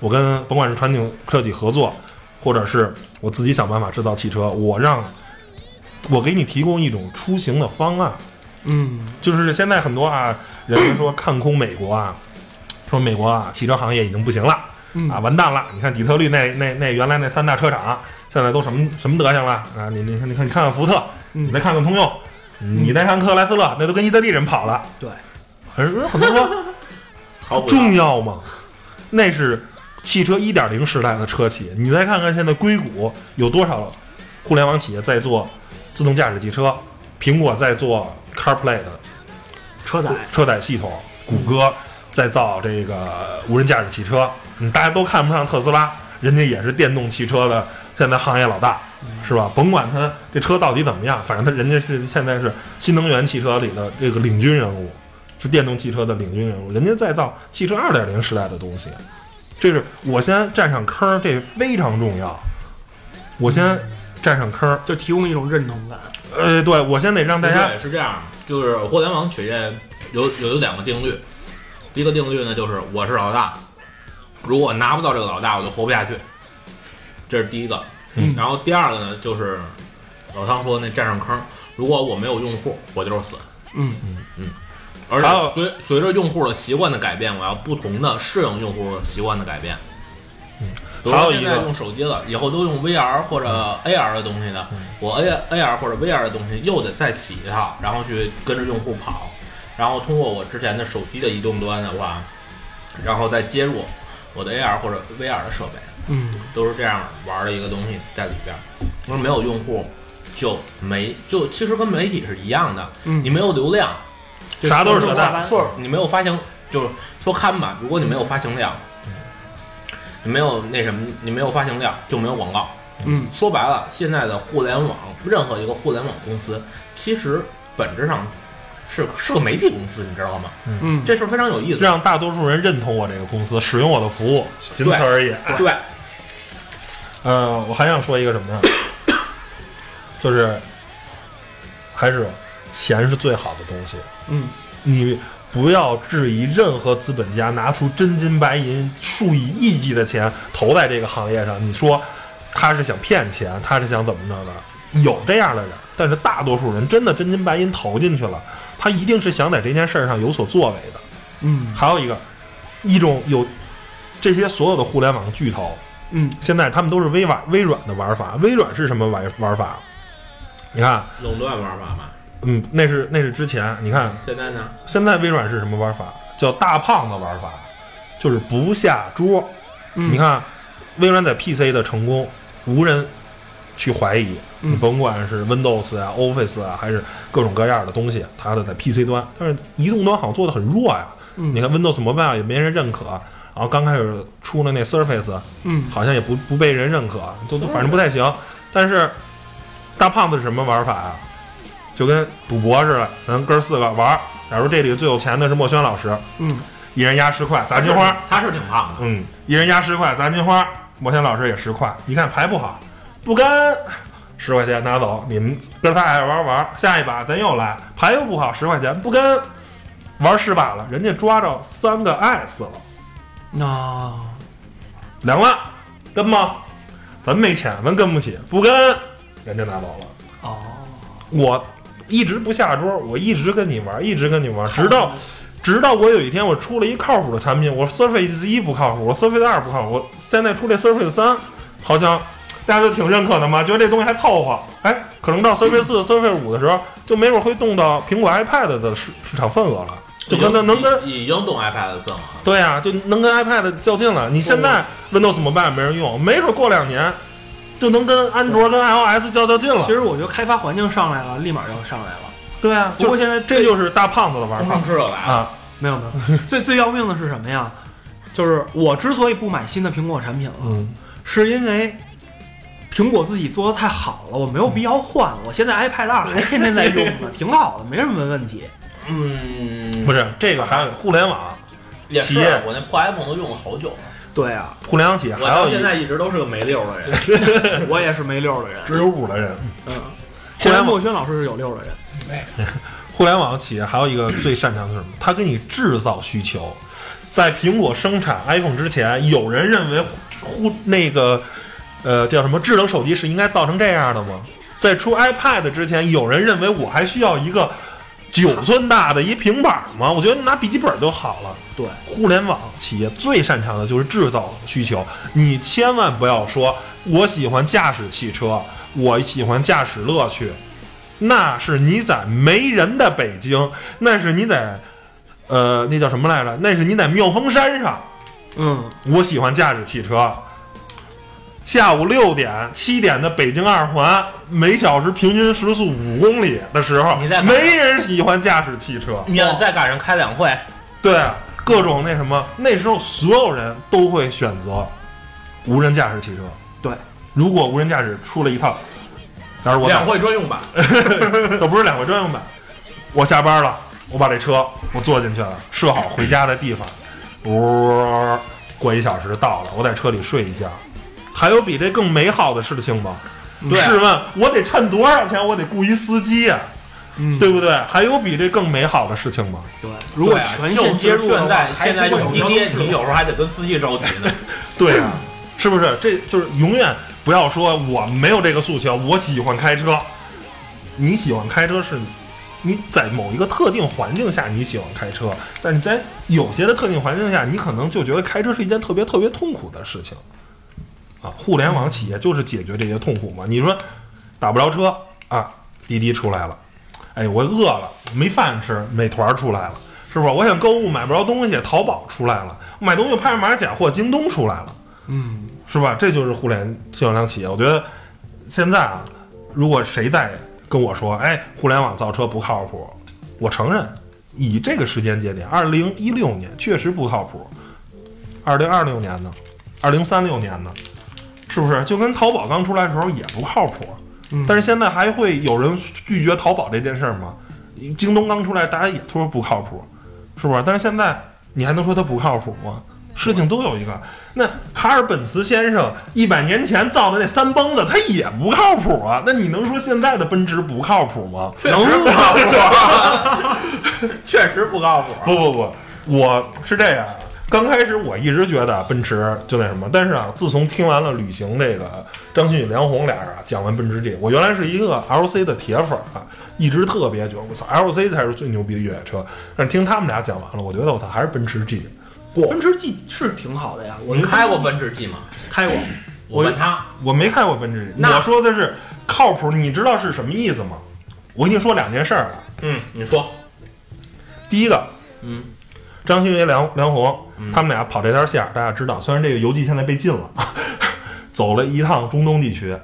[SPEAKER 2] 我跟甭管是传统设计合作，或者是我自己想办法制造汽车，我让我给你提供一种出行的方案。
[SPEAKER 5] 嗯，
[SPEAKER 2] 就是现在很多啊，人们说看空美国啊，说美国啊汽车行业已经不行了，
[SPEAKER 5] 嗯
[SPEAKER 2] 啊完蛋了。你看底特律那那那原来那三大车厂，现在都什么什么德行了啊？你你看你看你看看福特，
[SPEAKER 5] 嗯
[SPEAKER 2] 你再看看通用，你再看克莱斯勒，那都跟意大利人跑了。
[SPEAKER 5] 对，
[SPEAKER 2] 很很多人说
[SPEAKER 3] 毫不
[SPEAKER 2] 重要吗？那是汽车一点零时代的车企。你再看看现在硅谷有多少互联网企业在做自动驾驶汽车，苹果在做 CarPlay 的
[SPEAKER 5] 车载，
[SPEAKER 2] 车载系统，谷歌在造这个无人驾驶汽车，嗯，大家都看不上特斯拉，人家也是电动汽车的现在行业老大，是吧？甭管它这车到底怎么样，反正它人家是现在是新能源汽车里的这个领军人物，是电动汽车的领军人物，人家在造汽车二点零时代的东西，这是我先占上坑儿，这非常重要，我先占上坑儿，
[SPEAKER 5] 就提供一种认同感。
[SPEAKER 2] 呃，对我先得让大家
[SPEAKER 3] 对，是这样，就是互联网企业有有有两个定律，第一个定律呢就是我是老大，如果我拿不到这个老大，我就活不下去，这是第一个。
[SPEAKER 2] 嗯
[SPEAKER 3] 然后第二个呢就是老汤说那战上坑，如果我没有用户，我就是死。
[SPEAKER 5] 嗯
[SPEAKER 3] 而
[SPEAKER 2] 还有
[SPEAKER 3] 且随随着用户的习惯的改变，我要不同的适应用户习惯的改变。比
[SPEAKER 2] 嗯
[SPEAKER 3] 如
[SPEAKER 2] 还有
[SPEAKER 3] 说
[SPEAKER 2] 一
[SPEAKER 3] 现在
[SPEAKER 2] 个嗯
[SPEAKER 3] 用手机了，以后都用 VR 或者 AR 的东西呢，我 A AR 或者 VR 的东西又得再起一套，然后去跟着用户跑，然后通过我之前的手机的移动端的话，然后再接入我的 AR 或者 VR 的设备，
[SPEAKER 5] 嗯，
[SPEAKER 3] 都是这样玩的一个东西在里边儿。我说没有用户就没就其实跟媒体是一样的，
[SPEAKER 5] 嗯
[SPEAKER 3] 你没有流量，就
[SPEAKER 2] 啥都是扯淡
[SPEAKER 3] 或者你没有发行，就是说看吧，如果你没有发行量，你没有那什么，你没有发行量就没有广告。
[SPEAKER 5] 嗯，
[SPEAKER 3] 说白了，现在的互联网，任何一个互联网公司，其实本质上是是个媒体公司，你知道吗？
[SPEAKER 5] 嗯，
[SPEAKER 3] 这事儿非常有意思。
[SPEAKER 2] 让大多数人认同我这个公司，使用我的服务，仅此
[SPEAKER 3] 对
[SPEAKER 2] 而已。
[SPEAKER 3] 对，
[SPEAKER 2] 呃，我还想说一个什么呢？就是还是钱是最好的东西。
[SPEAKER 5] 嗯，
[SPEAKER 2] 你不要质疑任何资本家拿出真金白银数以亿计的钱投在这个行业上，你说他是想骗钱，他是想怎么着的？有这样的人，但是大多数人真的真金白银投进去了，他一定是想在这件事儿上有所作为的。
[SPEAKER 5] 嗯
[SPEAKER 2] 还有一个，一种有这些所有的互联网巨头，
[SPEAKER 5] 嗯
[SPEAKER 2] 现在他们都是微软微软的玩法。微软是什么玩玩法？你看，
[SPEAKER 3] 垄断玩法嘛。
[SPEAKER 2] 嗯，那是那是之前。你看
[SPEAKER 3] 现在呢，
[SPEAKER 2] 现在微软是什么玩法？叫大胖子玩法，就是不下桌。
[SPEAKER 5] 嗯
[SPEAKER 2] 你看，微软在 PC 的成功，无人去怀疑。
[SPEAKER 5] 嗯
[SPEAKER 2] 你甭管是 Windows 啊、Office 啊，还是各种各样的东西，它的在 PC 端，但是移动端好像做的很弱呀。
[SPEAKER 5] 嗯
[SPEAKER 2] 你看 Windows 模啊板也没人认可，然后刚开始出了那 Surface，
[SPEAKER 5] 嗯
[SPEAKER 2] 好像也不不被人认可，都都反正不太行。但是大胖子是什么玩法啊？就跟赌博似的，咱哥四个玩儿。假如这里最有钱的是莫轩老师，
[SPEAKER 5] 嗯
[SPEAKER 2] 一人压十块砸金花，
[SPEAKER 3] 他是挺胖的，
[SPEAKER 2] 嗯，一人压十块砸金花。莫轩老师也十块，一看牌不好，不甘，十块钱拿走。你们哥仨爱玩玩，下一把咱又来，牌又不好，十块钱不甘，玩十把了，人家抓着三个 S 了。
[SPEAKER 5] 那
[SPEAKER 2] 两万，跟吗？咱没钱，咱跟不起，不跟，人家拿走了。
[SPEAKER 5] 哦，
[SPEAKER 2] 我一直不下桌，我一直跟你玩，一直跟你玩，直到直到我有一天我出了一靠谱的产品，我 Surface 一不靠谱，我 Surface 二不靠谱，我现在出这 Surface 三，好像大家都挺认可的嘛，觉得这东西还凑合。哎，可能到 Surface 四、Surface 五的时候，就没准会动到苹果 iPad 的市市场份额了，就可能能跟
[SPEAKER 3] 已已经动 iPad 的份了。
[SPEAKER 2] 对呀、就能跟 iPad 较劲了。你现在 Windows 模板没人用，没准过两年就能跟安卓、跟 iOS 较较劲了
[SPEAKER 5] 其。实我觉得开发环境上来了，立马就上来了。
[SPEAKER 2] 对啊，
[SPEAKER 5] 不过
[SPEAKER 2] 就
[SPEAKER 5] 现在
[SPEAKER 2] 这就是大胖子的玩
[SPEAKER 3] 工
[SPEAKER 2] 法
[SPEAKER 3] 程师又来了，
[SPEAKER 2] 啊。
[SPEAKER 5] 没有没有， 最最要命的是什么呀？就是我之所以不买新的苹果产品了，
[SPEAKER 2] 嗯，
[SPEAKER 5] 是因为苹果自己做的太好了，我没有必要换。我现在 iPad 二还天天在用呢，挺好的，没什么问题。
[SPEAKER 3] 嗯，
[SPEAKER 2] 不是这个还有互联网，
[SPEAKER 3] 也
[SPEAKER 2] 企
[SPEAKER 3] 是
[SPEAKER 2] 业
[SPEAKER 3] 我那破 iPhone 都用了好久了，
[SPEAKER 5] 对啊，
[SPEAKER 2] 互联网企业
[SPEAKER 3] 我
[SPEAKER 2] 还
[SPEAKER 3] 到
[SPEAKER 2] 有一
[SPEAKER 3] 现在一直都是个没溜儿的人。
[SPEAKER 5] 我也是没溜儿的人。
[SPEAKER 2] 只有五的人。
[SPEAKER 5] 嗯，
[SPEAKER 2] 互
[SPEAKER 5] 现在
[SPEAKER 2] 联
[SPEAKER 5] 莫
[SPEAKER 2] 网
[SPEAKER 5] 轩老师是有溜儿的人。
[SPEAKER 2] 互联网企业还有一个最擅长的是什么？它给你制造需求。在苹果生产 iPhone 之前，有人认为互那个呃叫什么智能手机是应该造成这样的吗？在出 iPad 之前，有人认为我还需要一个九寸大的一平板吗？我觉得拿笔记本就好了。
[SPEAKER 5] 对，
[SPEAKER 2] 互联网企业最擅长的就是制造需求，你千万不要说我喜欢驾驶汽车，我喜欢驾驶乐趣，那是你在没人的北京，那是你在呃那叫什么来着？那是你在妙峰山上，
[SPEAKER 5] 嗯，
[SPEAKER 2] 我喜欢驾驶汽车。下午六点、七点的北京二环，每小时平均时速五公里的时候
[SPEAKER 3] 你在，干嘛
[SPEAKER 2] 没人喜欢驾驶汽车。
[SPEAKER 3] 你要再赶上开两会，
[SPEAKER 2] 对，各种那什么，那时候所有人都会选择无人驾驶汽车。
[SPEAKER 5] 对，
[SPEAKER 2] 如果无人驾驶出了一套，当时我
[SPEAKER 3] 两会专用版，
[SPEAKER 2] 都不是两回专用版，我下班了，我把这车我坐进去了，设好回家的地方，呜，过一小时到了，我在车里睡一觉。还有比这更美好的事情吗？
[SPEAKER 3] 对啊
[SPEAKER 2] 试问我得趁多少钱？我得雇一司机呀、
[SPEAKER 5] 嗯
[SPEAKER 2] 对不对？还有比这更美好的事情吗？
[SPEAKER 5] 对，如果
[SPEAKER 3] 对啊
[SPEAKER 5] 全
[SPEAKER 3] 就是
[SPEAKER 5] 线接入的
[SPEAKER 3] 现
[SPEAKER 5] 话
[SPEAKER 3] 在
[SPEAKER 5] 还
[SPEAKER 3] 现在
[SPEAKER 5] 不会
[SPEAKER 3] 用滴
[SPEAKER 5] 有交通
[SPEAKER 3] 滴，
[SPEAKER 5] 事故
[SPEAKER 3] 你有时候还得跟司机着急呢。
[SPEAKER 2] 对啊，是不是？这就是永远不要说我没有这个诉求，我喜欢开车。你喜欢开车是你在某一个特定环境下你喜欢开车，但是在有些的特定环境下，你可能就觉得开车是一件特别特别痛苦的事情。啊，互联网企业就是解决这些痛苦嘛。你说打不着车啊，滴滴出来了，哎，我饿了没饭吃，美团出来了，是不是？我想购物买不着东西，淘宝出来了，买东西拍卖买假货，京东出来了。是吧？这就是互联互联网企业。我觉得现在啊，如果谁在跟我说，哎，互联网造车不靠谱，我承认，以这个时间节点，二零一六年确实不靠谱。二零二六年呢？二零三六年呢？是不是就跟淘宝刚出来的时候也不靠谱？
[SPEAKER 3] 嗯
[SPEAKER 2] 但是现在还会有人拒绝淘宝这件事儿吗？京东刚出来，大家也说不靠谱，是不是？但是现在你还能说它不靠谱吗？事情都有一个。那卡尔本茨先生一百年前造的那三蹦子，它也不靠谱啊。那你能说现在的奔驰不靠谱吗？能
[SPEAKER 3] 不靠谱， 确实不靠谱。
[SPEAKER 2] 不不不，我是这样啊。刚开始我一直觉得奔驰就那什么，但是啊，自从听完了旅行这个张馨予、梁红俩人啊讲完奔驰 G，我原来是一个 LC 的铁粉啊，一直特别觉得我操 LC 才是最牛逼的越野车。但是听他们俩讲完了，我觉得我操还是奔驰 G。
[SPEAKER 5] 奔驰 G 是挺好的呀，我
[SPEAKER 3] 您开过奔驰 G 吗？
[SPEAKER 5] 开过，
[SPEAKER 3] 我问他，
[SPEAKER 2] 我没看过奔驰 G，
[SPEAKER 5] 那
[SPEAKER 2] 我说的是靠谱，你知道是什么意思吗？我跟你说两件事儿啊，
[SPEAKER 3] 嗯，你说，
[SPEAKER 2] 第一个，
[SPEAKER 3] 嗯，
[SPEAKER 2] 张馨予、梁梁红他们俩跑这条线儿，大家知道，虽然这个游记现在被禁了， 走了一趟中东地区，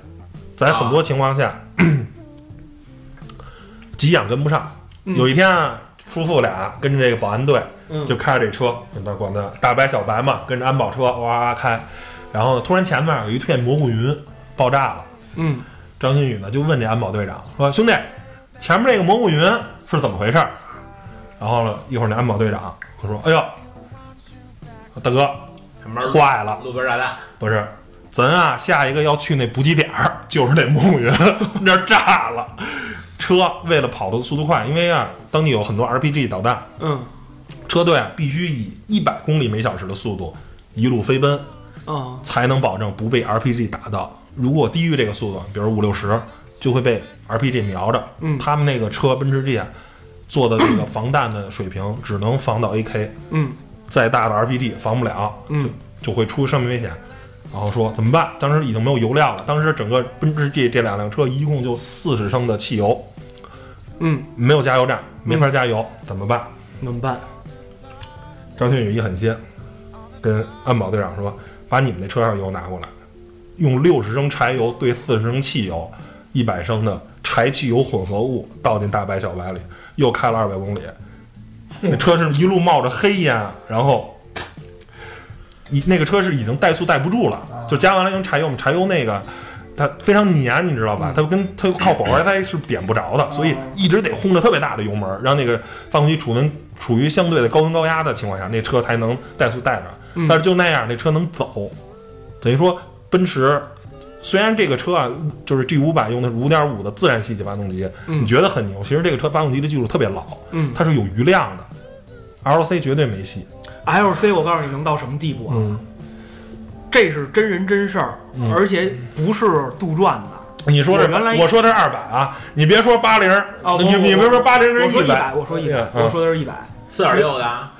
[SPEAKER 2] 在很多情况下， 急眼跟不上。有一天啊，夫妇俩跟着这个保安队，
[SPEAKER 5] 嗯
[SPEAKER 2] 就开着这车，那管他大白小白嘛，跟着安保车哇哇哇开，然后突然前面有一片蘑菇云爆炸了。
[SPEAKER 5] 嗯，
[SPEAKER 2] 张馨予呢就问这安保队长说：“兄弟，前面那个蘑菇云是怎么回事儿？”然后呢，一会儿那安保队长就说：“哎呦，大哥，
[SPEAKER 3] 前面
[SPEAKER 2] 坏了，
[SPEAKER 3] 路边炸弹，
[SPEAKER 2] 不是，咱啊下一个要去那补给点儿，就是那蘑菇云那儿炸了。车为了跑的速度快，因为啊当地有很多 RPG 导弹，
[SPEAKER 5] 嗯
[SPEAKER 2] 车队啊必须以一百公里每小时的速度一路飞奔，
[SPEAKER 5] 嗯
[SPEAKER 2] 才能保证不被 RPG 打到。如果低于这个速度，比如五六十，就会被 RPG 瞄着。
[SPEAKER 5] 嗯
[SPEAKER 2] 他们那个车奔驰 G 啊，做的这个防弹的水平只能防到 AK，
[SPEAKER 5] 嗯
[SPEAKER 2] 再大的 RPG 防不了，
[SPEAKER 5] 嗯
[SPEAKER 2] 就就会出生命危险。然后说怎么办？当时已经没有油料了，当时整个奔驰 G 这两辆车一共就四十升的汽油，
[SPEAKER 5] 嗯，
[SPEAKER 2] 没有加油站，没法加油，怎么办？
[SPEAKER 5] 怎么办？
[SPEAKER 2] 张馨予一狠心，跟安保队长说：“把你们那车上油拿过来，用六十升柴油兑四十升汽油，一百升的柴汽油混合物倒进大白小白里，又开了二百公里。那车是一路冒着黑烟，然后一那个车是已经怠速带不住了，就加完了用柴油，我们柴油那个。”它非常粘，你知道吧？它跟它靠火花，它是点不着的，所以一直得轰着特别大的油门，让那个发动机处于处于相对的高温高压的情况下，那车才能怠速带着。但是就那样，那车能走。等于说，奔驰虽然这个车啊，就是 G 五百用的是五点五的自然吸气发动机，你觉得很牛，其实这个车发动机的技术特别老，
[SPEAKER 5] 嗯
[SPEAKER 2] 它是有余量的。LC 绝对没戏，
[SPEAKER 5] LC 我告诉你能到什么地步啊？
[SPEAKER 2] 嗯，
[SPEAKER 5] 这是真人真事儿，
[SPEAKER 2] 嗯
[SPEAKER 5] 而且不是杜撰的。
[SPEAKER 2] 你说这
[SPEAKER 5] 我原来
[SPEAKER 2] 我说这二百啊，你别说八零、
[SPEAKER 5] 哦
[SPEAKER 2] 你
[SPEAKER 5] 我
[SPEAKER 2] 你
[SPEAKER 5] 我
[SPEAKER 2] 别说八零
[SPEAKER 5] 我
[SPEAKER 2] 跟
[SPEAKER 5] 说一
[SPEAKER 2] 百，
[SPEAKER 5] 百，我说一百
[SPEAKER 2] 嗯，
[SPEAKER 5] 我说的是一百。
[SPEAKER 3] 四点六的啊，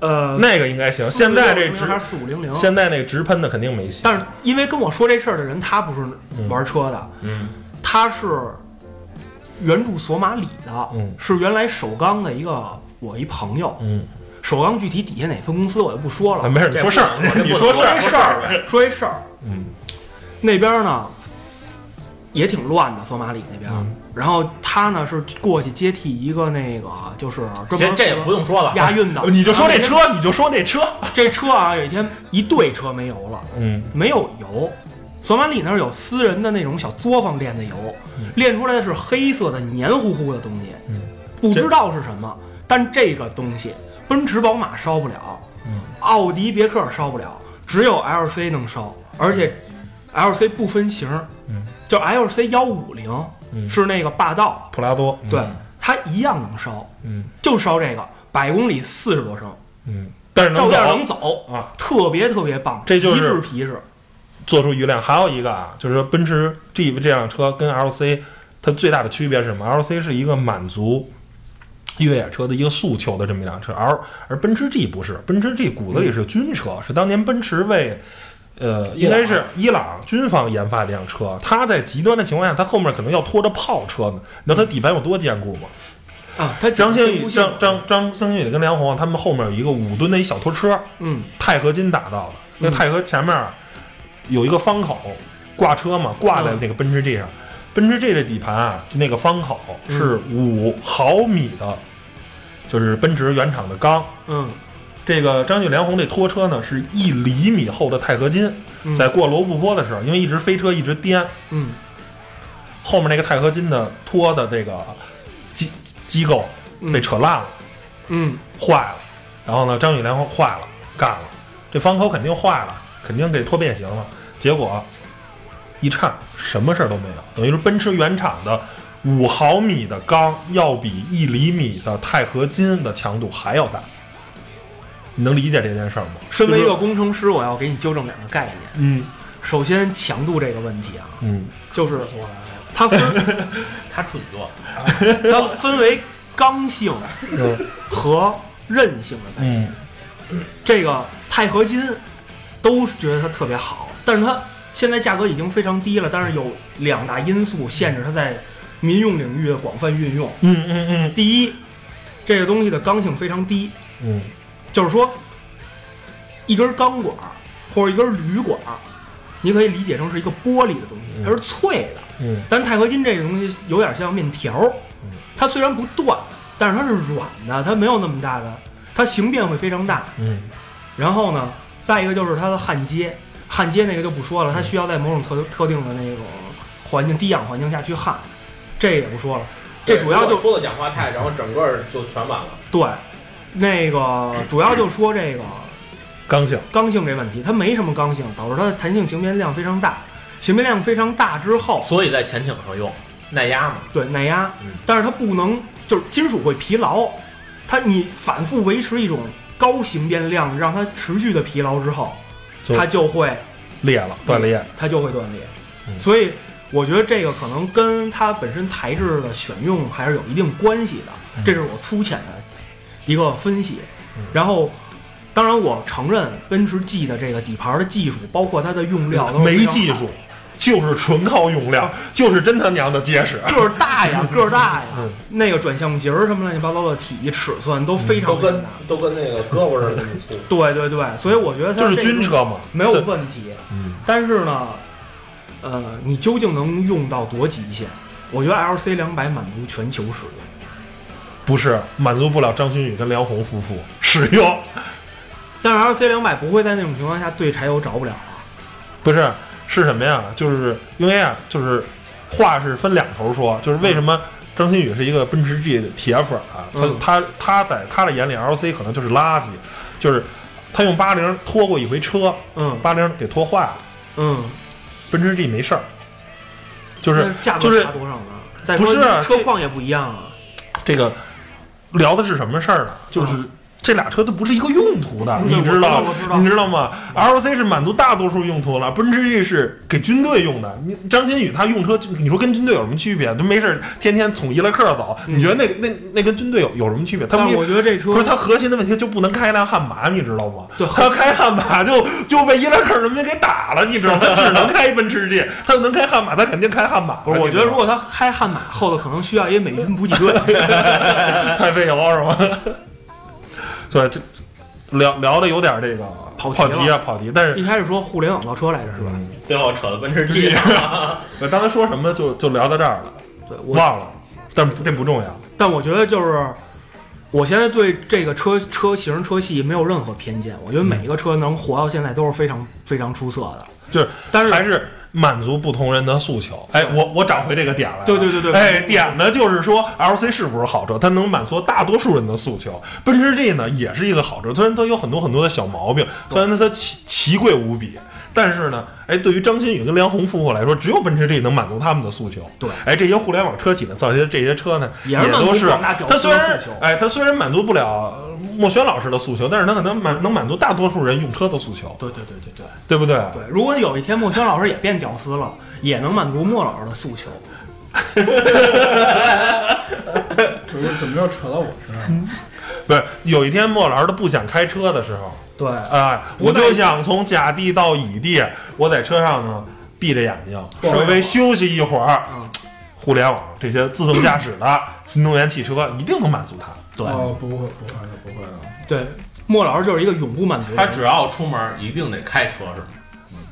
[SPEAKER 5] 呃，
[SPEAKER 2] 那个应该行。
[SPEAKER 5] 456
[SPEAKER 2] 现在这
[SPEAKER 5] 还
[SPEAKER 2] 直
[SPEAKER 5] 是四五零零，
[SPEAKER 2] 现在那个直喷的肯定没戏。
[SPEAKER 5] 但是因为跟我说这事儿的人，他不是
[SPEAKER 2] 嗯
[SPEAKER 5] 玩车的，
[SPEAKER 2] 嗯
[SPEAKER 5] 他是援助索马里的，
[SPEAKER 2] 嗯
[SPEAKER 5] 是原来首钢的一个我一朋友，
[SPEAKER 2] 嗯，
[SPEAKER 5] 首钢具体底下哪分公司我就不说
[SPEAKER 2] 啊
[SPEAKER 5] 了。
[SPEAKER 2] 没事，你
[SPEAKER 3] 这
[SPEAKER 2] 说事儿
[SPEAKER 3] 不能我，这
[SPEAKER 2] 你
[SPEAKER 3] 不
[SPEAKER 2] 说
[SPEAKER 3] 能
[SPEAKER 2] 事
[SPEAKER 5] 说
[SPEAKER 2] 儿
[SPEAKER 5] 一，事儿，说一事儿，
[SPEAKER 2] 嗯
[SPEAKER 5] 那边呢也挺乱的，索马里那边。
[SPEAKER 2] 嗯
[SPEAKER 5] 然后他呢是过去接替一个那个，就是专
[SPEAKER 3] 这
[SPEAKER 5] 门
[SPEAKER 3] 这也不用说了，
[SPEAKER 5] 押运的，
[SPEAKER 2] 呃你就说这
[SPEAKER 5] 然后
[SPEAKER 2] 车，你就说那车，
[SPEAKER 5] 那天这车啊，有一天一队车没油了，
[SPEAKER 2] 嗯
[SPEAKER 5] 没有油。索马里那儿有私人的那种小作坊炼的油，炼出来的是黑色的黏糊糊的东西，
[SPEAKER 2] 嗯
[SPEAKER 5] 不知道是什么。但这个东西，奔驰、宝马烧不了，
[SPEAKER 2] 嗯
[SPEAKER 5] 奥迪、别克烧不了，只有 LC 能烧，而且 LC 不分型，
[SPEAKER 2] 嗯，
[SPEAKER 5] 就 LC 幺五零
[SPEAKER 2] 嗯
[SPEAKER 5] 是那个霸道，
[SPEAKER 2] 普拉多，嗯
[SPEAKER 5] 对，它一样能烧，
[SPEAKER 2] 嗯
[SPEAKER 5] 就烧这个，百公里四十多升，
[SPEAKER 2] 嗯，但是能
[SPEAKER 5] 照样
[SPEAKER 2] 走
[SPEAKER 5] 能走
[SPEAKER 2] 啊，
[SPEAKER 5] 特别特别棒，
[SPEAKER 2] 这就是
[SPEAKER 5] 皮实皮实。
[SPEAKER 2] 做出余量。还有一个啊，就是说奔驰 G 这辆车跟 LC 它最大的区别是什么？LC 是一个满足越野车的一个诉求的这么一辆车，而而奔驰 G 不是，奔驰 G 骨子里是军车，是当年奔驰为。呃，应该是嗯伊朗军方研发的一辆车，它在极端的情况下，它后面可能要拖着炮车呢。你知道它底盘有多坚固吗？
[SPEAKER 5] 啊，他
[SPEAKER 2] 张
[SPEAKER 5] 兴
[SPEAKER 2] 馨予、张张张张馨予跟梁红他们后面有一个五吨的一小拖车，
[SPEAKER 5] 嗯
[SPEAKER 2] 钛合金打造的，那
[SPEAKER 5] 嗯
[SPEAKER 2] 钛合前面儿有一个方口挂车嘛，挂在那个奔驰 G 上。奔驰 G 的底盘啊，就那个方口是
[SPEAKER 5] 嗯
[SPEAKER 2] 五毫米的，就是奔驰原厂的钢。
[SPEAKER 5] 嗯
[SPEAKER 2] 这个张旭梁红这拖车呢，是一厘米厚的钛合金，
[SPEAKER 5] 嗯
[SPEAKER 2] 在过罗布泊的时候，因为一直飞车一直颠，
[SPEAKER 5] 嗯
[SPEAKER 2] 后面那个钛合金的拖的这个机机构被扯烂了。
[SPEAKER 5] 嗯
[SPEAKER 2] 坏了，然后呢，张宇良坏了，干了，这方口肯定坏了，肯定给拖变形了。结果一颤，什么事儿都没有，等于是奔驰原厂的五毫米的钢要比一厘米的钛合金的强度还要大。你能理解这件事儿吗？
[SPEAKER 5] 身为一
[SPEAKER 2] 就是
[SPEAKER 5] 个工程师，我要给你纠正两个概念。
[SPEAKER 2] 嗯
[SPEAKER 5] 首先，强度这个问题啊，
[SPEAKER 2] 嗯
[SPEAKER 5] 就是它分
[SPEAKER 3] 他处女座，
[SPEAKER 5] 它分为刚性和韧性的概念。
[SPEAKER 2] 嗯
[SPEAKER 5] 这个钛合金都是觉得它特别好，但是它现在价格已经非常低了，但是有两大因素限制它在民用领域的广泛运用。
[SPEAKER 2] 嗯嗯
[SPEAKER 5] 第一，这个东西的刚性非常低，
[SPEAKER 2] 嗯
[SPEAKER 5] 就是说一根钢管儿或者一根铝管儿，你可以理解成是一个玻璃的东西，它是脆的。
[SPEAKER 2] 嗯
[SPEAKER 5] 但钛合金这个东西有点像面条儿
[SPEAKER 2] 嗯，
[SPEAKER 5] 它虽然不断，但是它是软的，它没有那么大的，它形变会非常大。
[SPEAKER 2] 嗯
[SPEAKER 5] 然后呢，再一个就是它的焊接，焊接那个就不说了，它需要在某种特特定的那种环境低氧环境下去焊，这也不说了。这主要就
[SPEAKER 3] 说的讲话太，然后整个就全完了。
[SPEAKER 5] 对，那个主要就说这个
[SPEAKER 2] 嗯，刚性，
[SPEAKER 5] 刚性这问题，它没什么刚性，导致它的弹性形变量非常大。形变量非常大之后，
[SPEAKER 3] 所以在潜艇上用耐压嘛，
[SPEAKER 5] 对耐压
[SPEAKER 3] 嗯，
[SPEAKER 5] 但是它不能就是金属会疲劳，它你反复维持一种高形变量，让它持续的疲劳之后，
[SPEAKER 2] 就
[SPEAKER 5] 它就会
[SPEAKER 2] 裂了，断裂，
[SPEAKER 5] 它就会断裂。
[SPEAKER 2] 嗯
[SPEAKER 5] 所以我觉得这个可能跟它本身材质的选用还是有一定关系
[SPEAKER 2] 嗯
[SPEAKER 5] 的，这是我粗浅的一个分析。然后，当然我承认奔驰 G 的这个底盘的技术，包括它的用料都是非
[SPEAKER 2] 没
[SPEAKER 5] 常好
[SPEAKER 2] 技术，就是纯靠用料，就是真他娘的结实。
[SPEAKER 5] 个儿大 呀，个儿大呀
[SPEAKER 2] 嗯，
[SPEAKER 5] 那个转向节儿什么乱七八糟的体积尺寸都非常
[SPEAKER 2] 嗯
[SPEAKER 6] 都
[SPEAKER 5] 非常
[SPEAKER 6] 跟
[SPEAKER 5] 大。
[SPEAKER 6] 都跟那个胳膊似的那么粗。
[SPEAKER 5] 对对对，所以我觉得它
[SPEAKER 2] 就是
[SPEAKER 5] 这个
[SPEAKER 2] 军车嘛，
[SPEAKER 5] 没有
[SPEAKER 2] 这
[SPEAKER 5] 问题。
[SPEAKER 2] 嗯
[SPEAKER 5] 但是呢，呃，你究竟能用到多极限？我觉得 LC 两百满足全球使用，
[SPEAKER 2] 不是满足不了张馨予跟梁红夫妇 使用，
[SPEAKER 5] 但是 LC 两百不会在那种情况下对柴油着不了啊。
[SPEAKER 2] 不是是什么呀？就是因为啊，就是话是分两头说，就是为什么张馨予是一个奔驰 G 的铁粉啊？
[SPEAKER 5] 嗯
[SPEAKER 2] 他他他在他的眼里，LC 可能就是垃圾，就是他用八零拖过一回车，
[SPEAKER 5] 嗯
[SPEAKER 2] 八零给拖坏了，
[SPEAKER 5] 嗯，
[SPEAKER 2] 奔驰 G 没事儿，就
[SPEAKER 5] 就是价
[SPEAKER 2] 就
[SPEAKER 5] 格
[SPEAKER 2] 是
[SPEAKER 5] 差多少呢？再
[SPEAKER 2] 不
[SPEAKER 5] 说
[SPEAKER 2] 是啊
[SPEAKER 5] 车
[SPEAKER 2] 这
[SPEAKER 5] 况也不一样啊。
[SPEAKER 2] 这个聊的是什么事儿呢？就是这俩车都不是一个用途的，
[SPEAKER 5] 嗯对
[SPEAKER 2] 你
[SPEAKER 5] 我知道
[SPEAKER 2] 道
[SPEAKER 5] 我知道
[SPEAKER 2] 你知道吗？ROC 是满足大多数用途了，奔驰 E 是给军队用的。你张馨予他用车，你说跟军队有什么区别？他没事儿天天从伊拉克走，你觉得那那那跟军队有有什么区别？他
[SPEAKER 5] 嗯但
[SPEAKER 2] 们
[SPEAKER 5] 我觉得这车
[SPEAKER 2] 不是它核心的问题就不能开一辆汉马，你知道吗？
[SPEAKER 5] 对
[SPEAKER 2] 他开汉马就就被伊拉克人民给打了，你知道吗？ 他只能开奔驰 E，他能开汉马，他肯定开汉马。
[SPEAKER 5] 不是，我觉得如果他开悍马，后头可能需要一美军补给队。
[SPEAKER 2] 太费油是吗？ 对，这聊聊的有点这个
[SPEAKER 5] 跑题
[SPEAKER 2] 跑
[SPEAKER 5] 了
[SPEAKER 2] 题啊，跑题。但是
[SPEAKER 5] 一开始说互联网造车来着是吧？
[SPEAKER 2] 嗯
[SPEAKER 3] 最后扯到奔驰 G 上，
[SPEAKER 2] 我刚才说什么就就聊到这儿了，
[SPEAKER 5] 对，我
[SPEAKER 2] 忘了，但不这不重要。
[SPEAKER 5] 但我觉得就是，我现在对这个车车型车系没有任何偏见，我觉得每
[SPEAKER 2] 嗯
[SPEAKER 5] 一个车能活到现在都是非常非常出色的。
[SPEAKER 2] 就是，
[SPEAKER 5] 但是
[SPEAKER 2] 还是满足不同人的诉求。哎，我我找回这个点来了。
[SPEAKER 5] 对对对对
[SPEAKER 2] 哎，点呢就是说，LC 是不是好车？它能满足大多数人的诉求。奔驰 G 呢也是一个好车，虽然它有很多很多的小毛病，虽然它奇奇贵无比，但是呢，哎，对于张馨予跟梁红夫妇来说，只有奔驰 G 能满足他们的诉求。
[SPEAKER 5] 对
[SPEAKER 2] 哎，这些互联网车企呢，造些这些车呢，
[SPEAKER 5] 也
[SPEAKER 2] 也
[SPEAKER 5] 是满足
[SPEAKER 2] 都是
[SPEAKER 5] 广大屌丝的
[SPEAKER 2] 它虽然
[SPEAKER 5] 诉求
[SPEAKER 2] 哎，它虽然满足不了呃莫轩老师的诉求，但是它可能满能满足大多数人用车的诉求，
[SPEAKER 5] 对对对对对
[SPEAKER 2] 对不对？对。
[SPEAKER 5] 对，如果有一天莫轩老师也变屌丝了， 也能满足莫老师的诉求。
[SPEAKER 4] 不是怎么又扯到我身上了？
[SPEAKER 2] 不是，有一天莫老师他不想开车的时候，
[SPEAKER 5] 对，
[SPEAKER 2] 哎，我就想从甲地到乙地，我在车上呢闭着眼睛稍微休息一会儿。互联网这些自动驾驶的 新能源汽车一定能满足他。
[SPEAKER 5] 对
[SPEAKER 4] 哦，不会，不会的，不会的。
[SPEAKER 5] 对，莫老师就是一个永不满足的
[SPEAKER 3] 他
[SPEAKER 5] 人。
[SPEAKER 3] 只要出门一定得开车是吗？